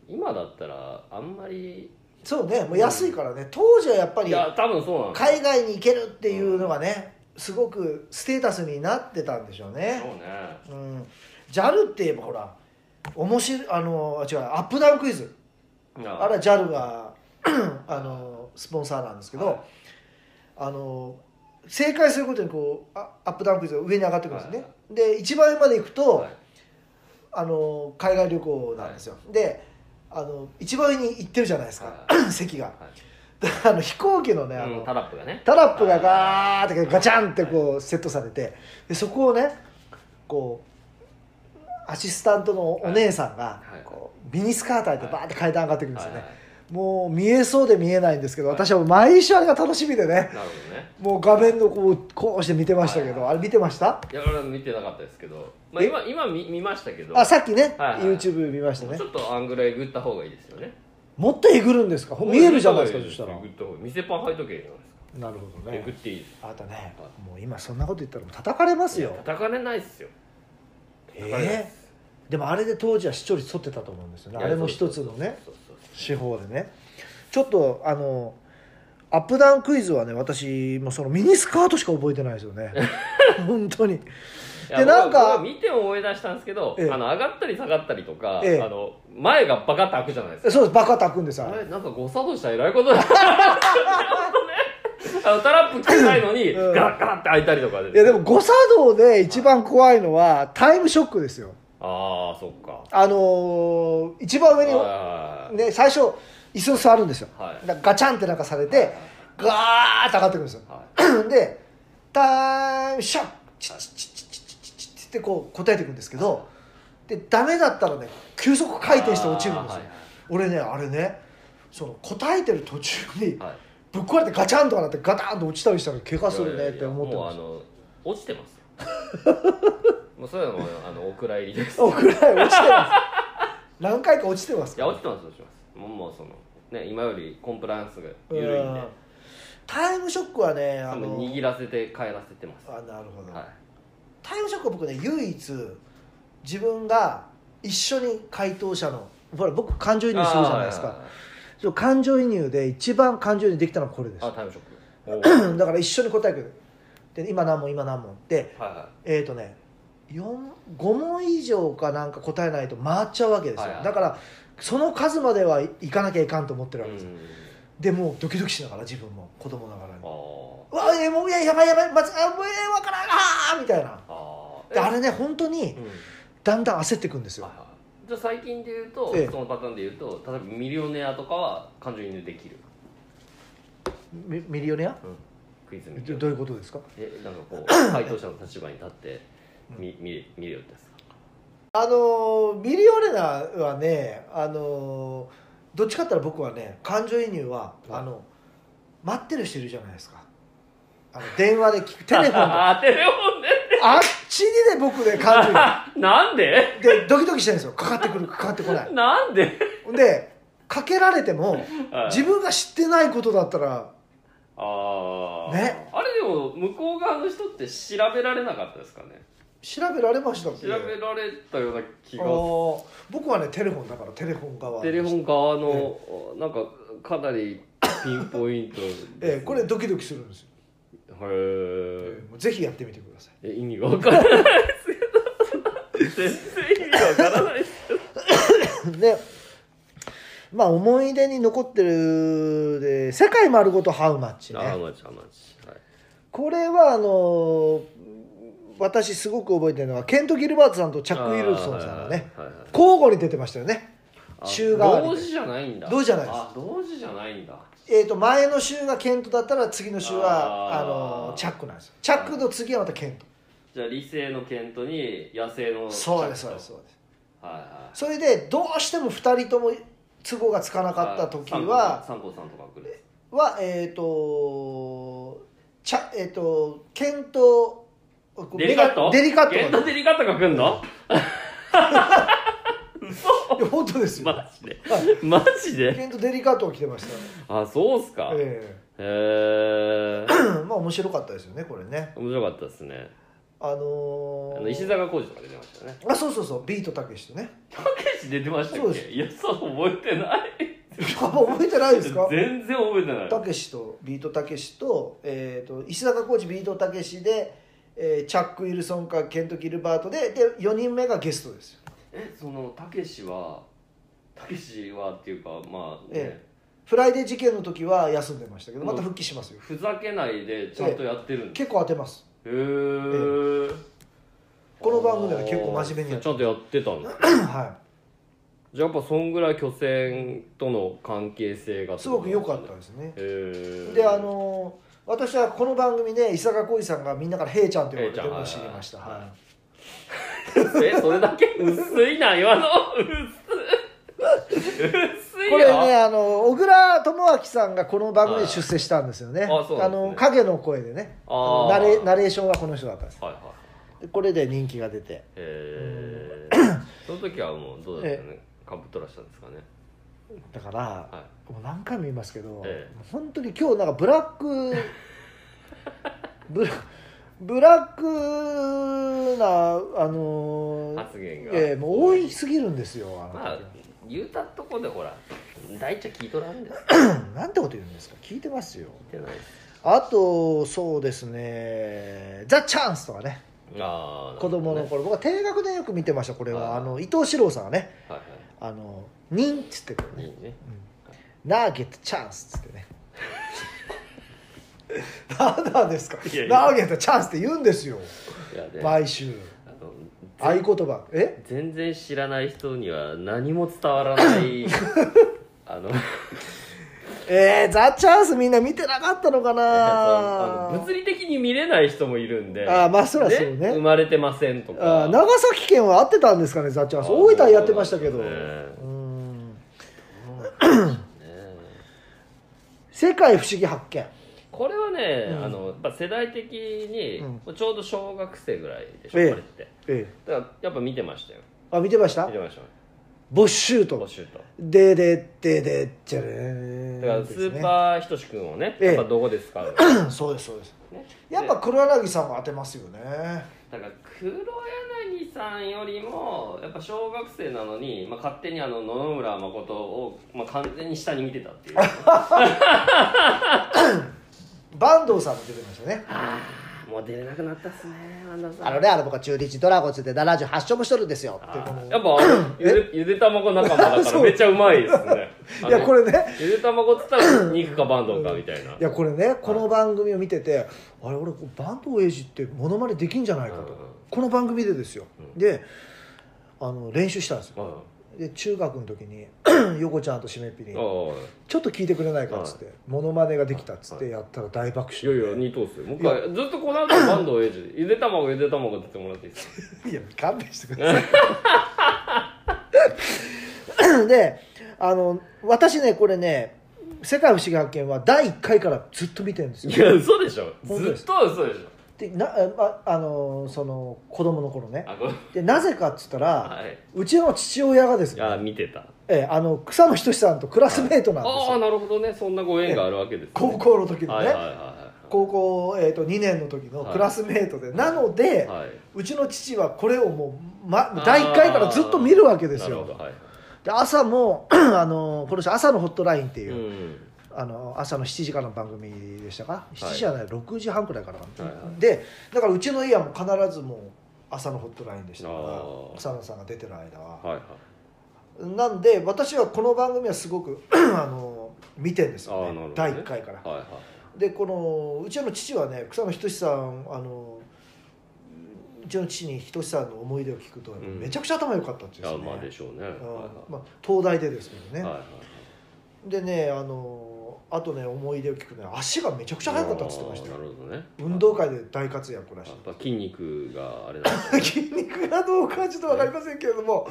S2: 今だったらあんまり
S1: そうねもう安いからね当時はやっぱ
S2: い
S1: り
S2: や多分そうなん
S1: 海外に行けるっていうのがねすごくステータスになってたんでしょうね
S2: そうね
S1: うん JAL って言えばほら面白いあの違うアップダウンクイズあれは JAL が あのスポンサーなんですけど、
S2: はい
S1: あの正解することにこうあアップダウンクイズが上に上がってくるんですね、で一番上まで行くと、
S2: はい
S1: あの海外旅行なんですよ、であの一番上に行ってるじゃないですか、 席が であの飛行機のねあ
S2: はい
S1: の、
S2: うん、タラップがね
S1: タラップがガーってガチャンってこうセットされてでそこをねこうアシスタントのお姉さんが
S2: はい
S1: こうミニスカート履いてバーって階段上がってくるんですよ
S2: はい
S1: ね
S2: はい
S1: もう見えそうで見えないんですけど私はもう毎週あれが楽しみでね
S2: なるほどね
S1: もう画面のこうこうして見てましたけ
S2: は
S1: ど
S2: い
S1: あれ見てました
S2: いや俺は見てなかったですけど、まあ、今今見見ましたけど
S1: あさっきね
S2: はいはい
S1: YouTube 見ましたね
S2: ちょっとあんぐらいグった方がいいですよね
S1: もっとえぐるんですかほ見えるじゃないですかそしたら
S2: グった方がいい店パン履いとけばいいじゃないですか
S1: なるほど
S2: えぐっ
S1: ね
S2: ていいです
S1: あとねもう今そんなこと言ったらもう叩かれますよ
S2: 叩かれないっすよ叩かれないっ
S1: え
S2: す
S1: ーでもあれで当時は視聴率取ってたと思うんですよね
S2: いや
S1: あれも一つのね
S2: そうそうそ
S1: 手
S2: う
S1: 法でねちょっとあのアップダウンクイズはね私もうそのミニスカートしか覚えてないですよ ね本当に
S2: いや
S1: でなんか
S2: 僕は見て思い出したんですけど、
S1: ええ
S2: あの上がったり下がったりとか、
S1: ええ
S2: あの前がバカって開くじゃないですか
S1: そうですバカたくんです
S2: あ
S1: あ
S2: れ
S1: れ
S2: なんか誤作動したらえらいことだ あのタラップ来てないのに、
S1: うん
S2: ガラッガラッって開いたりとかで
S1: いやでも誤作動で一番怖いのはタイムショックですよ
S2: ああそっか
S1: あのー一番上に
S2: は
S1: ね最初椅子を座るんですよ、
S2: はい
S1: だからガチャンってなんかされてガーッと上がってくるんですよ
S2: いはい
S1: で「タイムショック!」チッチッチッチッチッチッチッチッってこう答えていくんですけどでダメだったらね急速回転して落ちるんですよ、
S2: あーはいはい
S1: 俺ねあれねその答えてる途中に
S2: はい
S1: ぶっ壊れてガチャンとかなってガタンと落ちたりしたら怪我する
S2: いやい
S1: ね
S2: や
S1: っ
S2: い
S1: て
S2: や
S1: 思ってまし
S2: もうあの落ちてますよ もうそういうのもあのお蔵入りです
S1: たおくらい落ちてます何回か落ちてます
S2: い
S1: か
S2: や
S1: ら
S2: 落ちてます落ちてますもうもうそのね今よりコンプライアンスが緩いんで
S1: うんタイムショックはねあ
S2: 多分
S1: の
S2: 握らせて帰らせてます
S1: あなるほど、
S2: はい
S1: タイムショックは僕ね唯一自分が一緒に回答者のほら僕感情移入するじゃないですか
S2: あ
S1: ちょっと感情移入で一番感情移入できたのはこれです
S2: あタイムショッ ク
S1: だから一緒に答えてくれるで今何問今何問って
S2: おは
S1: えっ、ー、とね4 5問以上かなんか答えないと回っちゃうわけですよ、
S2: はいはい
S1: だからその数まではいいかなきゃいかんと思って
S2: い
S1: る
S2: は
S1: わ
S2: い
S1: けです、
S2: うん
S1: でもうドキドキしながら自分も子供ながらに
S2: あ
S1: う
S2: ー
S1: わえーもういややばいやばいまずあもうえーわからんあーみたいな
S2: あー
S1: で
S2: え
S1: あれね本当に
S2: うんはい
S1: だんだん焦ってくんですよ
S2: はいじゃあ最近で言うと、
S1: ええ
S2: そのパターンで言うと例えばミリオネアとかは感情移入できる、
S1: ミミリオネア
S2: うん、クイズ見
S1: ど
S2: る
S1: どういうことですか
S2: えなんかこ う回答者の立場に立ってみ見れ見れるんですか
S1: あのーミリオネアはねあのーどっちかって言ったら僕はね感情移入はあの待ってる人いるじゃないですかあの電話で聞く テレフォンで あ
S2: あテレフォ ンで
S1: っちにね僕ね感情移 入
S2: なんで
S1: でドキドキしてるんですよかかってくるかかってこない
S2: なんで
S1: でかけられても自
S2: 分
S1: 分が知ってないことだったら
S2: ああ、
S1: ね
S2: あれでも向こう側の人って調べられなかったですかね
S1: 調べられましたっ
S2: 調
S1: け
S2: べられたような気
S1: あ
S2: が
S1: ー僕はねテレフォンだからテレフォン側
S2: テレフォン側の なんかかなりピンポイント
S1: ええこれ
S2: へ
S1: ドキドキするんですよ、
S2: え
S1: ええもうぜひやってみてください
S2: 意味が分からないですけど全然意味が分か らないです
S1: でまあ思い出に残ってるで「世界丸ごとハウマッチ
S2: あ
S1: ね
S2: まちあまちはい
S1: これはあの私すごく覚えてるのはケント・ギルバートさんとチャック・ウィルソンさんがね
S2: あーはいはいはい
S1: 交互に出てましたよね
S2: あ
S1: 週替わりで
S2: 同時じゃないんだ
S1: 同時じゃないです
S2: あ同時じゃないんだ
S1: えー、と前の週がケントだったら次の週はあ
S2: あー
S1: のチャックなんですよチャックの次はまたケント
S2: じゃあ理性の剣とに野生の
S1: そうですそうですそう
S2: は
S1: です
S2: いはい
S1: それでどうしても2人とも都合がつかなかった時は
S2: 三光さんとか来る
S1: はえっ、とちゃえっ、と検討
S2: デリカット
S1: デリカ
S2: ゲ
S1: ッ
S2: ン
S1: ト
S2: トデリカットが来んの
S1: いや本当ですよ、
S2: マジでマジで
S1: ケントデリカットが来てましたよ、
S2: あそうっすかへ
S1: え
S2: え
S1: え まあ面白かったですよねこれね
S2: 面白かったですね
S1: あの
S2: あ
S1: ー
S2: の石坂浩二とか出てましたよね
S1: あそうそうそうビートたけしとね
S2: たけし出てました
S1: そう
S2: っ
S1: で
S2: けいやそう覚えてない
S1: 覚えてないですか
S2: 全然覚えてない
S1: たけしとビートたけしと,、えー、と石坂浩二ビートたけしで、えーチャック・ウィルソンかケント・ギルバートでで4人目がゲストですよ
S2: えそのたけしはたけしはっていうかまあね
S1: えフライデー事件の時は休んでましたけどまた復帰しますよ
S2: ふざけないでちゃんとやってるんだへ
S1: 結構当てます
S2: え
S1: この番組では結構真面目にやって
S2: ちゃんとやってたんだ
S1: は
S2: じゃあやっぱそんぐらい巨船との関係性が
S1: い、すごく良かった
S2: へ
S1: ですね。
S2: え
S1: で、あのー私はこの番組で伊坂浩二さんがみんなから「へいちゃん」って呼ばれて
S2: へい
S1: る
S2: ちゃん
S1: のを知りました。
S2: はい
S1: は
S2: えそれだけ薄いな今の薄い薄
S1: い
S2: い
S1: こ
S2: よ
S1: れね、あの小倉智明さんがこの番組で出世したんですよね。
S2: はいあそうなんですね
S1: の影の声でね、あ
S2: あ
S1: の
S2: ー
S1: ナレナレーションはこの人だったんです。
S2: はいはい
S1: でこれで人気が出て、
S2: えその時はもうどうだったのねかぶとらしたんですかね
S1: だから、
S2: は
S1: もう何回も言いますけど、
S2: ええ
S1: 本当に今日なんかブラックブラブラックなあのー
S2: い発言が
S1: ええもう多いすぎるんですよあの
S2: まあ言うたとこでほら大ちゃん聞いとらんです
S1: 時 なんてこと言うんですか聞いてますよ
S2: 聞いてない
S1: あとそうですね「ザ・チャンス」とかね
S2: ああ
S1: 子供の頃、僕は低学でよく見てましたこれは
S2: あー
S1: あの伊藤四郎さんがね
S2: は
S1: 「あのニン」っつってくる
S2: いはい
S1: ね
S2: いいね
S1: 「ナーゲット・チャンス」っつってね何なんですか
S2: いやいや
S1: ナーゲット・チャンスって言うんですよ
S2: いやで
S1: 毎週
S2: あの
S1: 合言葉え
S2: 全然知らない人には何も伝わらない あの
S1: えー、ザ・チャンスみんな見てなかったのか
S2: あ
S1: な
S2: の物理的に見れない人もいるんで
S1: あーまあそりゃそうね
S2: 生まれてませんと
S1: あ
S2: か
S1: ー長崎県は合ってたんですかねザ・チャンス
S2: あー
S1: 大分やってましたけどう
S2: そうですね
S1: ん
S2: ね
S1: 世界不思議発見
S2: これはね、
S1: うん
S2: あのやっぱ世代的に
S1: うん、
S2: ちょうど小学生ぐらいでしょ、
S1: ええ
S2: これって
S1: ええ
S2: だからやっぱ見てましたよ
S1: あ見てました
S2: 見てました
S1: ボッシュー
S2: ボ
S1: ト
S2: ッシュと
S1: ででででじゃね
S2: だからスーパーひとし君をね
S1: ええ
S2: やっぱどこで使う、
S1: ーそうですそうです
S2: ね
S1: やっぱ黒柳さんは当てますよね
S2: だから黒柳さんよりもやっぱ小学生なのに、まあ、勝手にあの野々村誠を、まあ、完全に下に見てたっていう
S1: 坂東さんも出てましたね
S2: もう出れなくなったっすね安田さん
S1: あのねあの僕は中日ドラゴンズで78勝もしとるんですよっていうこの
S2: やっぱあのゆでゆで卵仲間だか
S1: そ
S2: ら
S1: う
S2: めっちゃうまいですね
S1: いやこれね
S2: ゆで卵っつったら肉かバンドンかみたいな、
S1: いやこれねこの番組を見ててあれ俺坂東英二ってモノマネできんじゃないかと、
S2: うん
S1: この番組でですよ、
S2: うん
S1: であの練習したんですよ
S2: うんあ
S1: で中学の時に 横ちゃんとしめっぴに「
S2: あ
S1: ちょっと聞いてくれないか」っつって、モノマネができたっつっ
S2: は
S1: てやったら大爆
S2: いや
S1: 笑
S2: いや二等っすよもう一回ずっとこの後バンドをエイジゆで卵ゆで卵って言ってもらっていいですか
S1: いや勘弁してください であの私ねこれね「世界不思議発見」は第1回からずっと見てるんですよ
S2: いや嘘でしょ
S1: 本当です
S2: ずっとは嘘でしょ
S1: でなああのその子供の頃ね
S2: あごめん
S1: でなぜかっつったら、
S2: はいう
S1: ちの父親がです
S2: い
S1: ね、
S2: や見てた
S1: ええあの草野仁さんとクラスメートなんです
S2: あ
S1: よ、
S2: あなるほどねそんなご縁があるわけです、ね、
S1: 高校の時の
S2: はい
S1: ね、
S2: はいは
S1: 高校、えー、と2年の時のクラスメートで、なの
S2: い
S1: で、
S2: はいう
S1: ちの父はこれをもう、ま
S2: ー、
S1: 第1回からずっと見るわけです
S2: なるほ
S1: よ
S2: どはい
S1: で朝も あのこの人朝のホットラインっていうう、
S2: ん
S1: あの朝の7時からの番組でしたか7時じゃない、6時半くらいからかな、
S2: はいはい
S1: でだからうちの家はもう必ずもう朝のホットラインでしたか
S2: あ
S1: ら
S2: ー
S1: 草野さんが出てる間は、
S2: はいはい
S1: なんで私はこの番組はすごく あの見てんです
S2: あ
S1: よ、
S2: ーなるほど
S1: ね
S2: ね、
S1: 第1回から、
S2: はいはい
S1: でこのうちの父はね草野仁さんあのうちの父に仁さんの思い出を聞くと、
S2: ん
S1: めちゃくちゃ頭良かったって
S2: い
S1: 言う
S2: や
S1: ん
S2: まあで
S1: です
S2: しょうねはい
S1: よね、うん
S2: はい
S1: まあ、東大でですけどね、
S2: はいはい
S1: でねあのあとね思い出を聞くね足がめちゃくちゃ速かったって言ってました
S2: あ
S1: よ
S2: ーなるほどね
S1: 運動会で大活躍らし
S2: や
S1: い
S2: っぱ筋肉があれなんです ね
S1: 筋肉が どうかはちょっと分かりませんけれども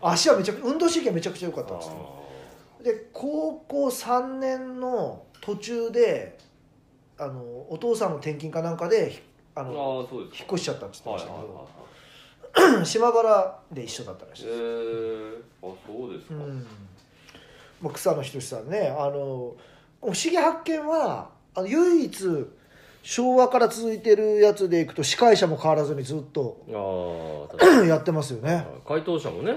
S1: 足はめちゃく運動神経めちゃくちゃ良かったって言ってましたで高校3年の途中であのお父さんの転勤かなんかでひあ
S2: あ
S1: の
S2: ーそうです
S1: 引っ越しちゃったって言っ
S2: は
S1: て
S2: い
S1: ました
S2: はい
S1: け
S2: はい
S1: ど、
S2: はい
S1: 島原で一緒だったらしい
S2: え
S1: です、
S2: ー、あそうです
S1: う
S2: か、
S1: んまあ、草野仁さんねあの「不思議発見は」あの唯一昭和から続いてるやつでいくと司会者も変わらずにずっと
S2: ああ確かに
S1: やってますよね
S2: 回答者もね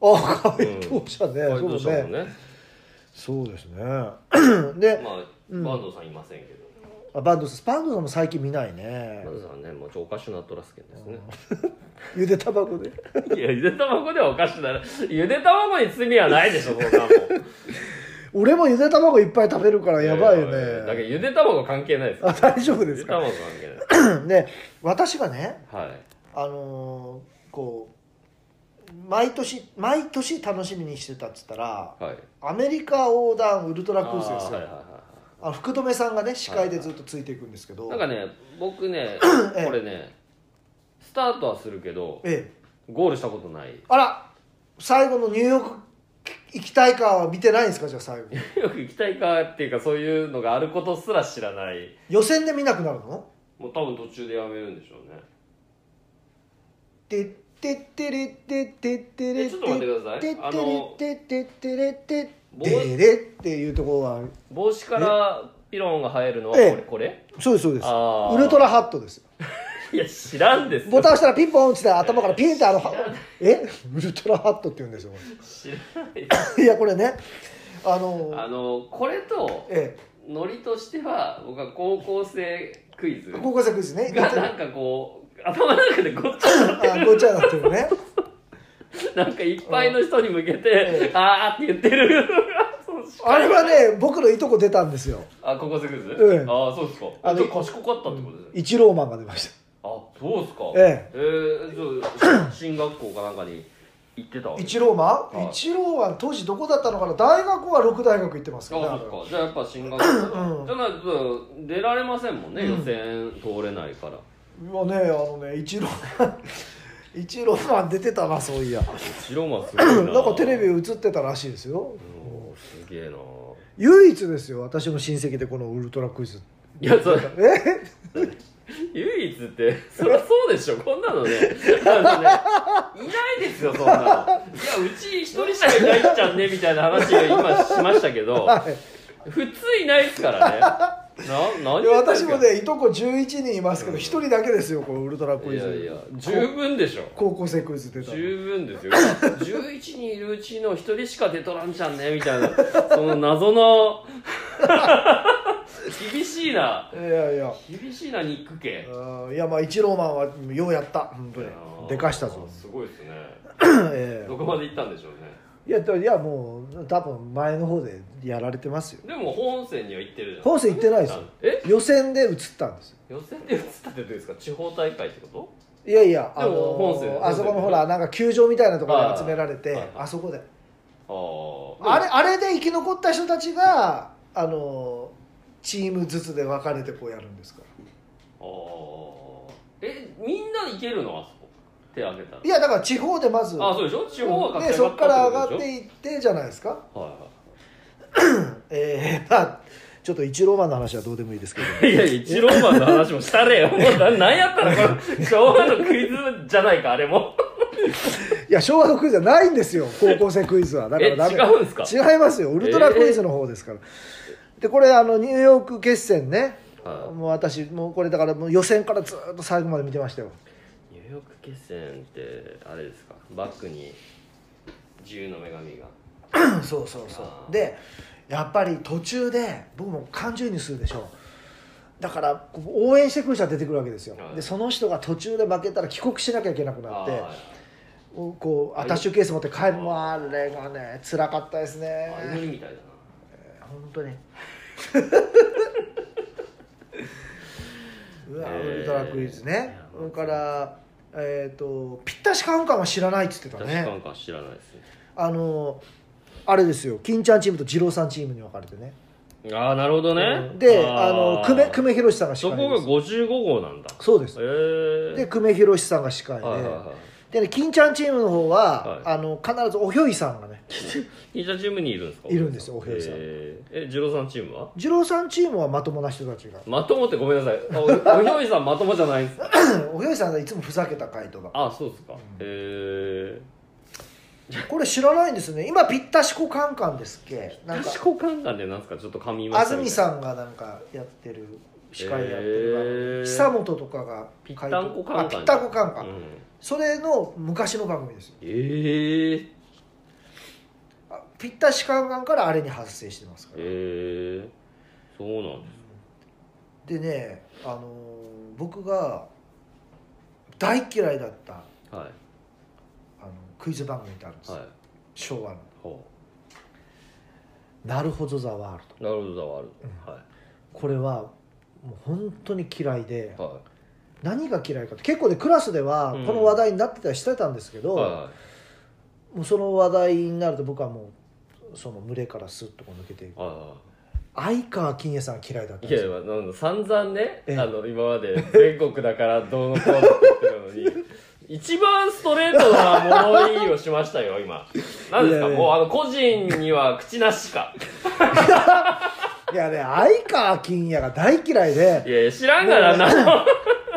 S1: あ回答者ね、
S2: 回
S1: そう
S2: 答者も
S1: ね
S2: ね
S1: そうですね で
S2: まあ、
S1: うん
S2: 坂東さんいませんけど
S1: あバンドさんバンドさんも最近見ないね
S2: 坂東さんねもうちょっとおかしくなっとらすけんですね、
S1: ゆで卵で
S2: いや、ゆで卵ではおかしなら、ゆで卵に罪はない でしょ、そんなもん。
S1: 俺もゆで卵いっぱい食べるからやばいよ
S2: やだけ
S1: ね
S2: ど、ゆで卵関係ないです
S1: あ大丈夫
S2: ゆ
S1: で
S2: です卵
S1: か
S2: 関係ない。
S1: ね私がね
S2: はい。
S1: あのーこう毎年毎年楽しみにしてたっつったら
S2: はい。
S1: アメリカ横断ウルトラクースです
S2: あーはいはい
S1: よ
S2: は
S1: あの福留さんがね司会でずっとついていくんですけど
S2: いなんかね、僕ね、
S1: ええ
S2: これね、スタートはするけど、
S1: ええ
S2: ゴールしたことない。
S1: あら最後のニューヨーク行きたいかは見てないんですかじゃあ最後
S2: よく行きたいかっていうか、そういうのがあることすら知らない。
S1: 予選で見なくなるの
S2: もう多分途中でやめるんでしょうね。
S1: てってってれってってってれ
S2: えちょっと待ってください
S1: てって
S2: あの
S1: れってってれって
S2: ぼ
S1: でれっていうところは
S2: 帽子からピロンが生えるのはこ
S1: ええ
S2: れ、これ
S1: そうですそうです
S2: あー
S1: ウルトラハットです
S2: いや、知らんですよ
S1: ボタン押したらピンポン落ちて頭からピンってあのえウルトラハットって言うんですよこ
S2: 知らない。
S1: れいやこれねあの
S2: あの、これと、
S1: え
S2: ノリとしては僕は高校生クイズ
S1: え高校生クイズね
S2: がなんかこう頭の中でごっちゃになっ
S1: あごちゃだっていうね
S2: てなんかいっぱいの人に向けて
S1: え
S2: 「あー」って言ってる
S1: あれはね僕のいとこ出たんですよ
S2: あ高校生クイズ、
S1: ええ
S2: ああそうですか
S1: あ
S2: あ
S1: の
S2: ちょっと賢かったってことですね、
S1: 一郎マンが出ました
S2: あそうですか
S1: え
S2: えー、じゃあ進学校かなんかに行ってたわけ
S1: 一郎マ
S2: は
S1: ン
S2: い
S1: 一郎マン当時どこだったのかな大学は六大学行ってますからね
S2: あ
S1: あれ
S2: そうですかじゃあやっぱ進学校、
S1: うん
S2: じゃないと出られませんもんね、予選通れないから
S1: 今ねあのね一郎 一郎マン出てたなそういや
S2: 白間すごい
S1: な
S2: なん
S1: かテレビ映ってたらしいですよ
S2: おーすげえな
S1: 唯一ですよ私の親戚でこのウルトラクイズ
S2: いやそれ
S1: え
S2: 唯一ってそりゃそうでしょこんなのねあのねいないですよそんなのいやかうち一人しかいないじゃんねみたいな話を今しましたけど
S1: はい
S2: 普通いないですからねな何
S1: い
S2: 言
S1: や
S2: ってんす
S1: 私
S2: か
S1: もねいとこ11人いますけど、一1人だけですよこのウルトラク
S2: い
S1: イズ
S2: やいや十分でしょ
S1: 高校生クイズ出たの
S2: 十分ですよ11人いるうちの1人しか出とらんじゃんねみたいなその謎の 厳しいない
S1: やいや
S2: 厳しいな肉系
S1: うんいやまあ一郎マンはようやった本当にでかしたぞ
S2: すごいですね
S1: え
S2: どこまで行ったんでしょうね
S1: えいやいやもう多分前の方でやられてますよ
S2: でも本線には行ってるじゃん
S1: 本戦行ってないですよ
S2: え
S1: 予選で移ったんですよ
S2: 予選で移ったってどうですか地方大会ってこ
S1: いやいやあ
S2: でも本戦
S1: のあそこのほらなんか球場みたいなところで集められ
S2: はい
S1: て
S2: はい
S1: あそこで
S2: とああ
S1: あれあれで生き残った人たちがあのチームずつで分かれてこうやるんですから
S2: あーえみんな行けるのあそこ手挙げたら
S1: いやだから地方でまず
S2: あそうでしょ地方は
S1: で
S2: 勝ち
S1: そこから上が
S2: こと
S1: っ
S2: でして
S1: いってじゃないですか
S2: ょはいはい
S1: えー、まあちょっと一郎マンの話はどうでもいいですけど
S2: いや、一郎マンの話もしたれよ。もうな、なんやったらこ れ、昭和のクイズじゃないか、あれも。
S1: いや昭和のクイズはないんですよ高校生クイズはだからダメ
S2: え違うんですか
S1: 違いますよウルトラクイズの方ですから、でこれあのニューヨーク決戦ね、
S2: はい
S1: もう私もうこれだからもう予選からずっと最後まで見てましたよ
S2: ニューヨーク決戦って、あれですか、バックに自由の女神が。
S1: そうそうそ
S2: あー
S1: うでやっぱり途中で僕も感情移入するでしょだからこう応援してくる人が出てくるわけですよ、
S2: はい
S1: でその人が途中で負けたら帰国しなきゃいけなくなって
S2: あ
S1: こうアタッシュケース持って帰るもあれがね辛かったですね
S2: ーあれみたいだな。
S1: 本当に うわ、
S2: えー
S1: ウルトラクイズね
S2: い
S1: そ
S2: や
S1: れからえっ、とぴったしカウンカンは知らないっつってた
S2: 確か
S1: ね
S2: んか知らないですね。
S1: あのあれですよ金ちゃんチームと二郎さんチームに分かれてね
S2: ああ、なるほどね。
S1: で
S2: ー
S1: あの久米久米宏さんが司
S2: そ
S1: 会
S2: こ
S1: で
S2: が
S1: す
S2: 55号なんだ。
S1: そうです
S2: へえ。
S1: で久米宏さんが司会で、
S2: はいはいはい。
S1: でね金ちゃんチームの方は、
S2: はい
S1: あの必ずおひょいさんがね
S2: イーチャチームにいるんですか
S1: いるんですよお部屋さん
S2: えー、え、二郎さんチームは
S1: 二郎さんチームはまともな人たちが
S2: まともってごめんなさい。あお、おひょいさんまともじゃないんですか
S1: おひょいさんがいつもふざけた回答が
S2: あそうですか、へえ
S1: これ知らないんですね今ぴったしこカンカンですっけなんか
S2: 私交換感でなんですかちょっと噛みま
S1: 安
S2: した
S1: 住
S2: ん
S1: さんがなんかやってる司会やってる番組、
S2: へー
S1: 久本とかが
S2: ぴったんこカンカン
S1: あぴったんこカンカン、
S2: うん、
S1: それの昔の番組ですよ
S2: ええ
S1: あぴったしカンカンからあれに発生してますから、
S2: ええそうなんで
S1: で
S2: す
S1: ね、あのー僕が大嫌いだったあ
S2: は
S1: のクイズ番組ってあるんです
S2: い
S1: よ、
S2: はい
S1: 昭和の
S2: ほ
S1: 「なるほどザワールド
S2: うなるほどだわる、は」
S1: これはもう本当に嫌いで
S2: いは
S1: 何が嫌いかって結構ねクラスでは
S2: うん
S1: この話題になってたりしてたんですけ
S2: い
S1: ど、
S2: は
S1: もうその話題になると僕はもうその群れからスッとこう抜けていく
S2: いは
S1: 相川金也さんが嫌いだったん
S2: いい
S1: で
S2: や
S1: す
S2: い
S1: よ
S2: やなんだ散々ね、
S1: ええ
S2: あの今まで全国だからどうのこうのって言って るのに一番ストレートな物言いをしましたよ今何ですか
S1: いやいや
S2: もうあの個人には口なしか
S1: いやね相川金也が大嫌い
S2: い
S1: で
S2: やいや知らんがなな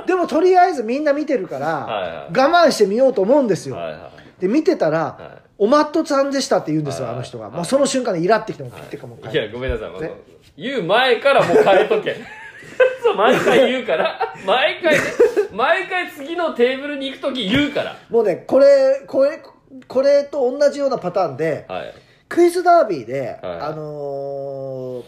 S1: でもとりあえずみんな見てるから
S2: はいはい
S1: 我慢してみようと思うんですよ、
S2: はいはい
S1: で見てたら、
S2: はい
S1: おまっとさんでしたって言うんですよ、
S2: はい
S1: あの人が、
S2: はい
S1: もうその瞬間にイラってきてもピッてかもう
S2: いや、ごめんなさい。
S1: ね
S2: 言う前からもう変えとけ。 そう、毎回言うから。毎回ね、毎回次のテーブルに行くとき言うから。
S1: もうねこれこれこれと同じようなパターンで
S2: はい。
S1: クイズダービーで、
S2: はい
S1: あのー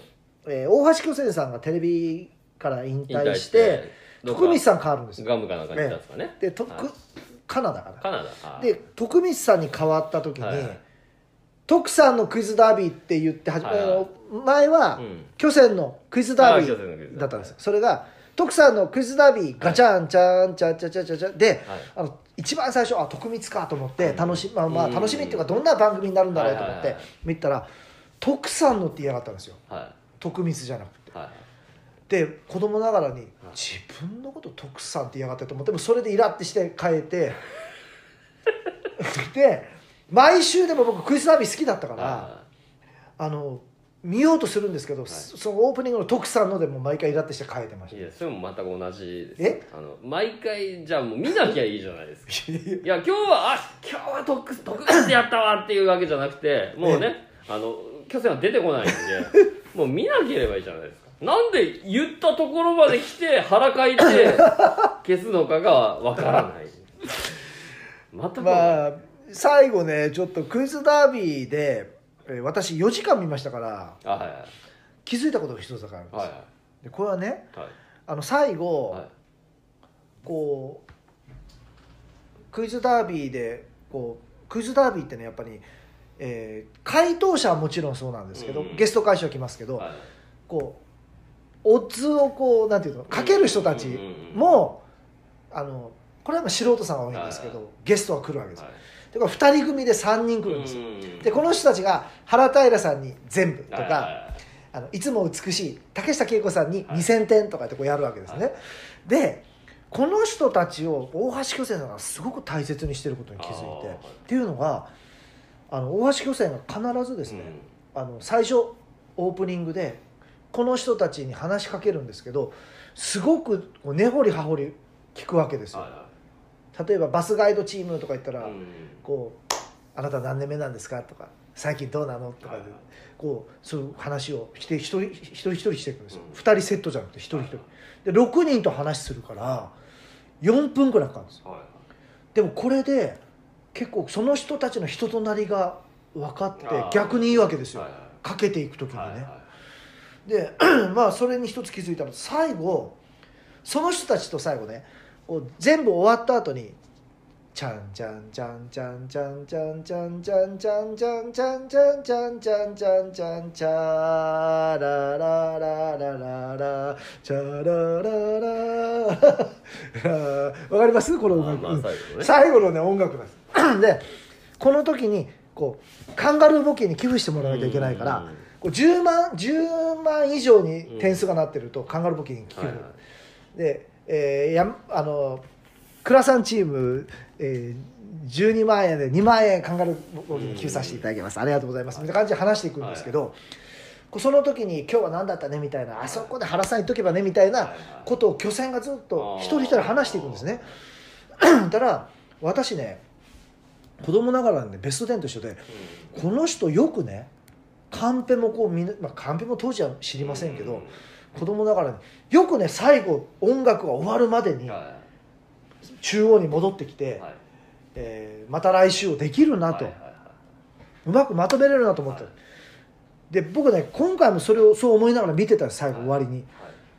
S1: えー大橋巨泉さんがテレビから引
S2: 引
S1: 退
S2: 退
S1: し
S2: してて、
S1: 徳光さん変わるんですよ
S2: ガムかなんかに行ったんですかね。
S1: で徳、
S2: はい
S1: カナダか
S2: カナダ。あ
S1: な
S2: ー
S1: で、徳光さんに変わった時に、
S2: はいはい
S1: 徳さんのクイズダービーって言って始め、
S2: はいはい
S1: あの前は、
S2: うん
S1: 巨泉のクイズダービ
S2: あ巨泉のクイ
S1: ー
S2: ズダービー
S1: だったんですよそれが徳さんのクイズダービーガチャンチャンチャンチャンチャンチャンチャンで、
S2: はい
S1: あの一番最初あ徳光かと思って
S2: ん
S1: 楽し,、まあまあ、
S2: うん
S1: 楽しみっていうかどんな番組になるんだろうと思っ
S2: はいはい
S1: て
S2: はい
S1: 見たら徳さんのって言いやがったんですよ
S2: は
S1: 徳光じゃなくて
S2: い。はい。
S1: で子供ながらに自分のこと徳さんって言いやがってと思ってもうそれでイラってして変えてで毎週でも僕クイズダービー好きだったから
S2: は
S1: あの見ようとするんですけど、
S2: い
S1: そのオープニングの徳さんのでも毎回イラってして変えてまし
S2: い
S1: た
S2: やそれも全く同じです
S1: え
S2: あの毎回じゃあもう見なきゃいいじゃないですか
S1: いや
S2: いや今日はあ今日は特特別やったわっていうわけじゃなくてもうね、あの巨船は出て こないんでもう見なければいいじゃないですかなんで言ったところまで来て 腹かいて消すのかがわからない全く、
S1: まあ最後ねちょっとクイズダービーでえー私4時間見ましたから
S2: あはいはい
S1: 気づいたことが一つだからあるんです
S2: はい
S1: よでこれはね
S2: はい
S1: あの最後、
S2: はい
S1: こうクイズダービーでこうクイズダービーってねやっぱり、えー回答者はもちろんそうなんですけど、
S2: うん
S1: ゲスト会社来ますけど、
S2: はい
S1: こうオッズをこうなんていうのかける人たち
S2: うんうんうん
S1: も、あのこれはまあ素人さんが多いんですけど、
S2: は
S1: ゲストは来るわけですよ
S2: は、
S1: でこれ2人組で3人来るんですよ、
S2: い
S1: でこの人たちが原平さんに全部とか、
S2: はいはい
S1: あのいつも美しい竹下恵子さんに2000点とかってこうやるわけですね、
S2: はい
S1: でこの人たちを大橋巨泉さんがすごく大切にしてることに気づいて、
S2: あー
S1: っていうのがあの大橋巨泉が必ずですね、あの最初オープニングでこの人たちに話しかけるんですけどすごくこう根掘り葉掘り聞くわけです
S2: はい
S1: よ
S2: は
S1: 例えばバスガイドチームとか言ったら、
S2: いうん
S1: こう「あなた何年目なんですか?」とか「最近どうなの?」とかで、
S2: はいはい
S1: こうそういう話をして一人一人一人していくんですよ、
S2: うん
S1: 2人セットじゃなくて一人一人で6人と話するから4分くらいかかるんですよ
S2: はいはい
S1: でもこれで結構その人たちの人となりが分かって
S2: あー
S1: 逆にいいわけですよ、
S2: はいは
S1: かけていく時に
S2: い
S1: ね、
S2: はいはい
S1: でまあそれに一つ気づいたの最後その人たちと最後ねこう全部終わった後に「ちゃんちゃんちゃんちゃんちゃんちゃんちゃんちゃんちゃんちゃんちゃんちゃんちゃんちゃんちゃんちゃんちゃららららららちゃらららら」わかりますこの音
S2: まあまあ
S1: 楽
S2: 最後ね
S1: 最後のね音楽なんですでこの時にこうカンガルー募金に寄付してもらわなきゃいけないか
S2: うん
S1: ら
S2: うんうん
S1: こう10万10万以上に点数がなってるとカンガルー募金に寄付、
S2: はいはい
S1: で、えー、やあの倉さんチーム、えー、12万円で2万円カンガルー募金に寄付させていただきます、ありがとうございますみたいな感じで話していくんですけど、こうその時に今日は何だったねみたいなあそこで原さん言っとけばねみたい
S2: はい
S1: な
S2: はい
S1: ことを巨船がずっと一人一人話していくんですね。 ただ私ね子供ながらねベストテンと一緒で
S2: うん
S1: この人よくねカンペもこうみんな、まあ、カンペも当時は知りませんけど、
S2: うん
S1: 子供ながらによくね最後音楽が終わるまでに
S2: は
S1: 中央に戻ってきて、
S2: いはい
S1: えーまた来週をできるなと、
S2: はいはいは
S1: うまくまとめれるなと思った、
S2: はい
S1: で僕ね今回もそれをそう思いながら見てたんです最後
S2: はい
S1: 終わりに、
S2: い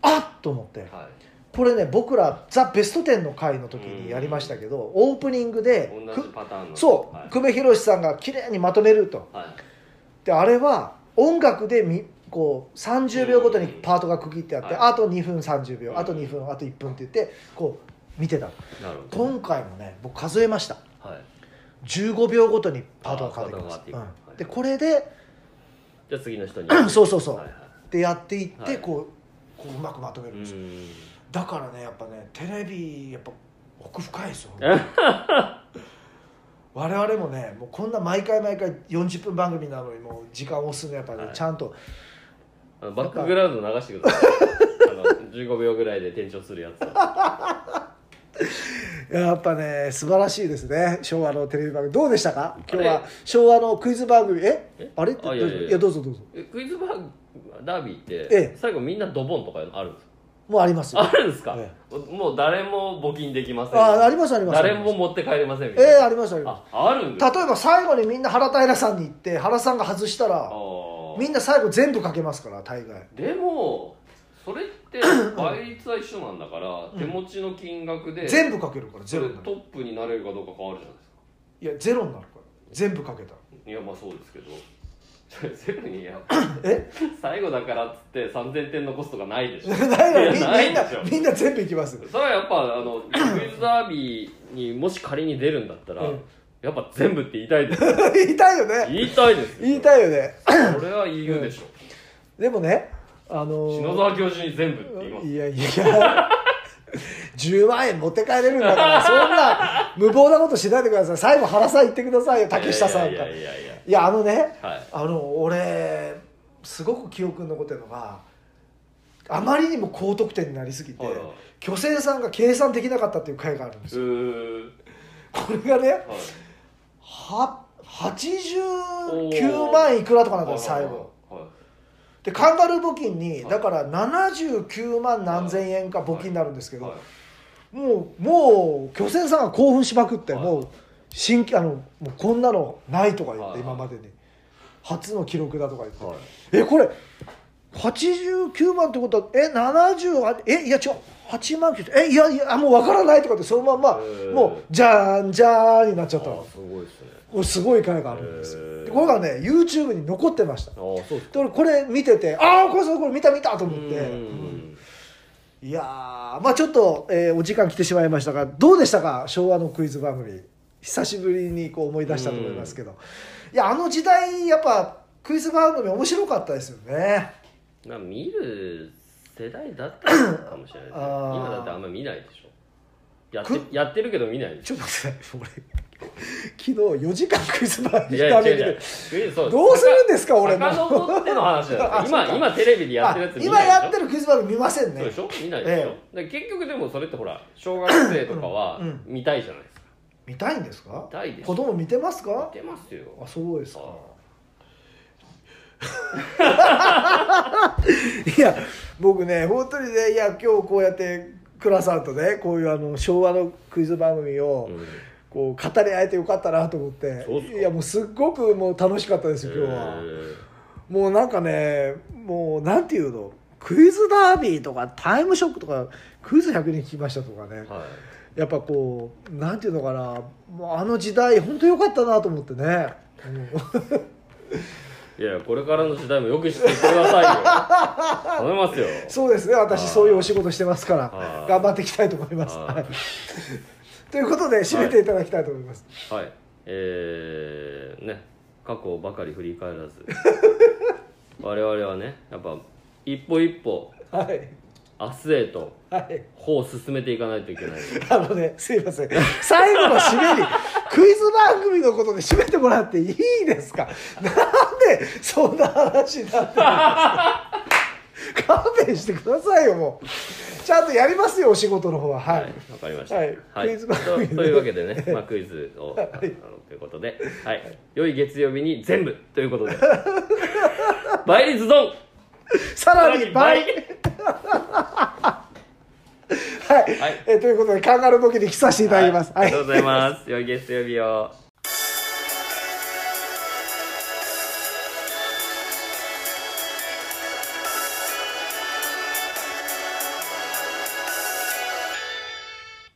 S1: あっと思って、
S2: はいはい
S1: これね僕ら「ザ・ベストテン」の回の時にやりましたけど、オープニングで
S2: 同
S1: く
S2: じパターンの
S1: そう、
S2: はい
S1: 久米宏さんが綺麗にまとめると
S2: はい
S1: であれは音楽でみこう30秒ごとに
S2: うん
S1: パートが区切ってあって、
S2: はい
S1: あと2分30秒、
S2: うん
S1: あと2分あと1分って言ってこう見てた
S2: なるほど
S1: 今回もね僕数えました
S2: はい
S1: 15秒ごとにパートが変わってきま
S2: あ
S1: す
S2: ーパートが変わってい
S1: う
S2: くは
S1: ん、
S2: い
S1: でこれで
S2: じゃあ次の人に
S1: そうそうそう
S2: はいはい
S1: でやっていって、
S2: はい
S1: こうこううまくまとめるんですよ、
S2: う
S1: だからねやっぱねテレビやっぱ奥深いですよ 我々もねもうこんな毎回毎回40分番組なのにもう時間を押すのやっぱね、
S2: はい
S1: ちゃんと
S2: ーんバックグラウンド流してく ださいあの15秒ぐらいで転調するやつを
S1: やっぱね素晴らしいですね昭和のテレビ番組どうでしたか今日は昭和のクイズ番組え
S2: え
S1: あれって
S2: あい
S1: ど
S2: や
S1: うぞ
S2: いやいや
S1: いやどうぞどうぞ
S2: えクイズバーダービーっ
S1: え
S2: て
S1: え
S2: 最後みんなドボンとかあるんですか
S1: もうありますよ
S2: あるんですか
S1: え
S2: もう誰も募金できません
S1: あありますあります
S2: 誰も持って帰れませんみ
S1: え
S2: たいな
S1: えありますあります
S2: ああるんです
S1: 例えば最後にみんな原平さんに行って原さんが外した
S2: あ
S1: ら
S2: ー
S1: みんな最後全部かけますから大概
S2: でもそ れって倍率は一緒なんだから、
S1: うん
S2: 手持ちの金額で
S1: 全部かけるから
S2: そ
S1: ゼ
S2: れ
S1: ロ
S2: ト
S1: になる
S2: ップになれるかどうか変わるじゃないですか
S1: いやゼロになるから全部かけたら
S2: いやまあそうですけど それゼロにや
S1: え
S2: 最後だからっつって3000点残すとかないでしょ
S1: ないからみ
S2: いやない
S1: みん
S2: で
S1: な
S2: しょ
S1: みんな全部いきます
S2: それはやっぱあのクイズダービーにもし仮に出るんだったら、
S1: うん
S2: やっぱ全部って言いたいです
S1: 言いたいよね
S2: 言いたいです
S1: 言い
S2: い
S1: たいよね
S2: それは言うでしょ、
S1: でもねあのー
S2: 篠沢教授に全部って言います
S1: いやい や10万円持って帰れるんだからそんな無謀なことしないでください最後原さん言ってくださいよ竹下さん
S2: い
S1: から
S2: や
S1: いや
S2: いやいやいや
S1: あのね
S2: はい
S1: あの俺すごく記憶に残ってるのがあまりにも高得点になりすぎて
S2: はいはい
S1: 巨星さんが計算できなかったっていう回があるんです
S2: う
S1: よ
S2: ー
S1: これがね
S2: はい
S1: は89万いくらとかなんだよ最後
S2: はい
S1: でカンガルー募金に
S2: はい
S1: だから79万何千円か募金になるんですけど、
S2: はい
S1: もうもう巨船さんが興奮しまくって、
S2: はい
S1: もう新規あのもうこんなのないとか言って、
S2: はい
S1: 今までに初の記録だとか言って、
S2: はい
S1: えこれ89万ってことはえ70あえいや違う8万9えいやいやあもうわからないとかってそのまんま
S2: へー
S1: もうじゃーんじゃーんになっちゃった
S2: あ
S1: の
S2: ーすごいですね
S1: これすごい回があるんです
S2: へ
S1: よ
S2: ー
S1: でこれがね YouTube に残ってました
S2: ああそうです
S1: で俺これ見ててああこれそうこれ見た見たと思って
S2: うん
S1: いやーまあちょっと、えーお時間来てしまいましたがどうでしたか昭和のクイズ番組久しぶりにこう思い出したと思いますけどいやあの時代やっぱクイズ番組面白かったですよね
S2: まあ見る世代だったのかもしれないですね
S1: あー
S2: 今だってあんま見ないでしょやっ
S1: く
S2: てやってるけど見ないでし
S1: ちょっと待って俺昨日4時間クイズ番
S2: ょい
S1: 組
S2: や
S1: ダ
S2: 違う
S1: メ
S2: 違
S1: で
S2: うクイズそう
S1: どうするんですか俺も
S2: さか遡っての話じゃない
S1: あ
S2: 今
S1: そうか
S2: 今テレビでやってるやつ
S1: あ
S2: 見
S1: 今
S2: ないでしょ
S1: やってるクイズ番組見ません
S2: そう
S1: ね
S2: でしょ見ないでしょ、
S1: え
S2: で結局でもそれってほら小学生とかは
S1: うんうん
S2: 見たいじゃないですか
S1: 見たいんですか
S2: 見たいです
S1: 子供見てますか
S2: 見てますよ
S1: あそうですか
S2: あ
S1: いや僕ね本当にねいや今日こうやって倉さんとねこういうあの昭和のクイズ番組を
S2: うん
S1: こう語り合えてよかったなと思って
S2: そうっすか
S1: いやもうすっごくもう楽しかったですよ今日は、もうなんかねもうなんていうのクイズダービーとかタイムショックとかクイズ100人聞きましたとかね
S2: えーはい
S1: やっぱこうなんていうのかなもうあの時代本当良かったなと思ってね、うん
S2: いやこれからの時代もよく知っていってくだ さいよ頼みますよ
S1: そうですね
S2: あ
S1: 私
S2: ー
S1: そういうお仕事してますから
S2: あー
S1: 頑張っていきたいと思います。
S2: あー
S1: はい ということで締めていただきたいと思います、
S2: はいえー、ね過去ばかり振り返ら ず我々はねやっぱ一歩一歩
S1: はい
S2: 明日へと
S1: はい
S2: 歩を進めていかないといけない
S1: あのねすいません最後の締めにクイズ番組のことで締めてもらっていいですかなんでそんな話になってるんですか勘弁してくださいよもうちゃんとやりますよお仕事の方はは、
S2: はいい、わかりました。
S1: はいクイズ番組
S2: とというわけでね、まあクイズを、あのということで、はい、良い月曜日に全部ということで、倍率ゾン、
S1: さらに倍
S2: さらに
S1: はい、
S2: はい
S1: えーということでカンガルーボケで来させていただきます、
S2: はいありがとうございます。良い月曜日を。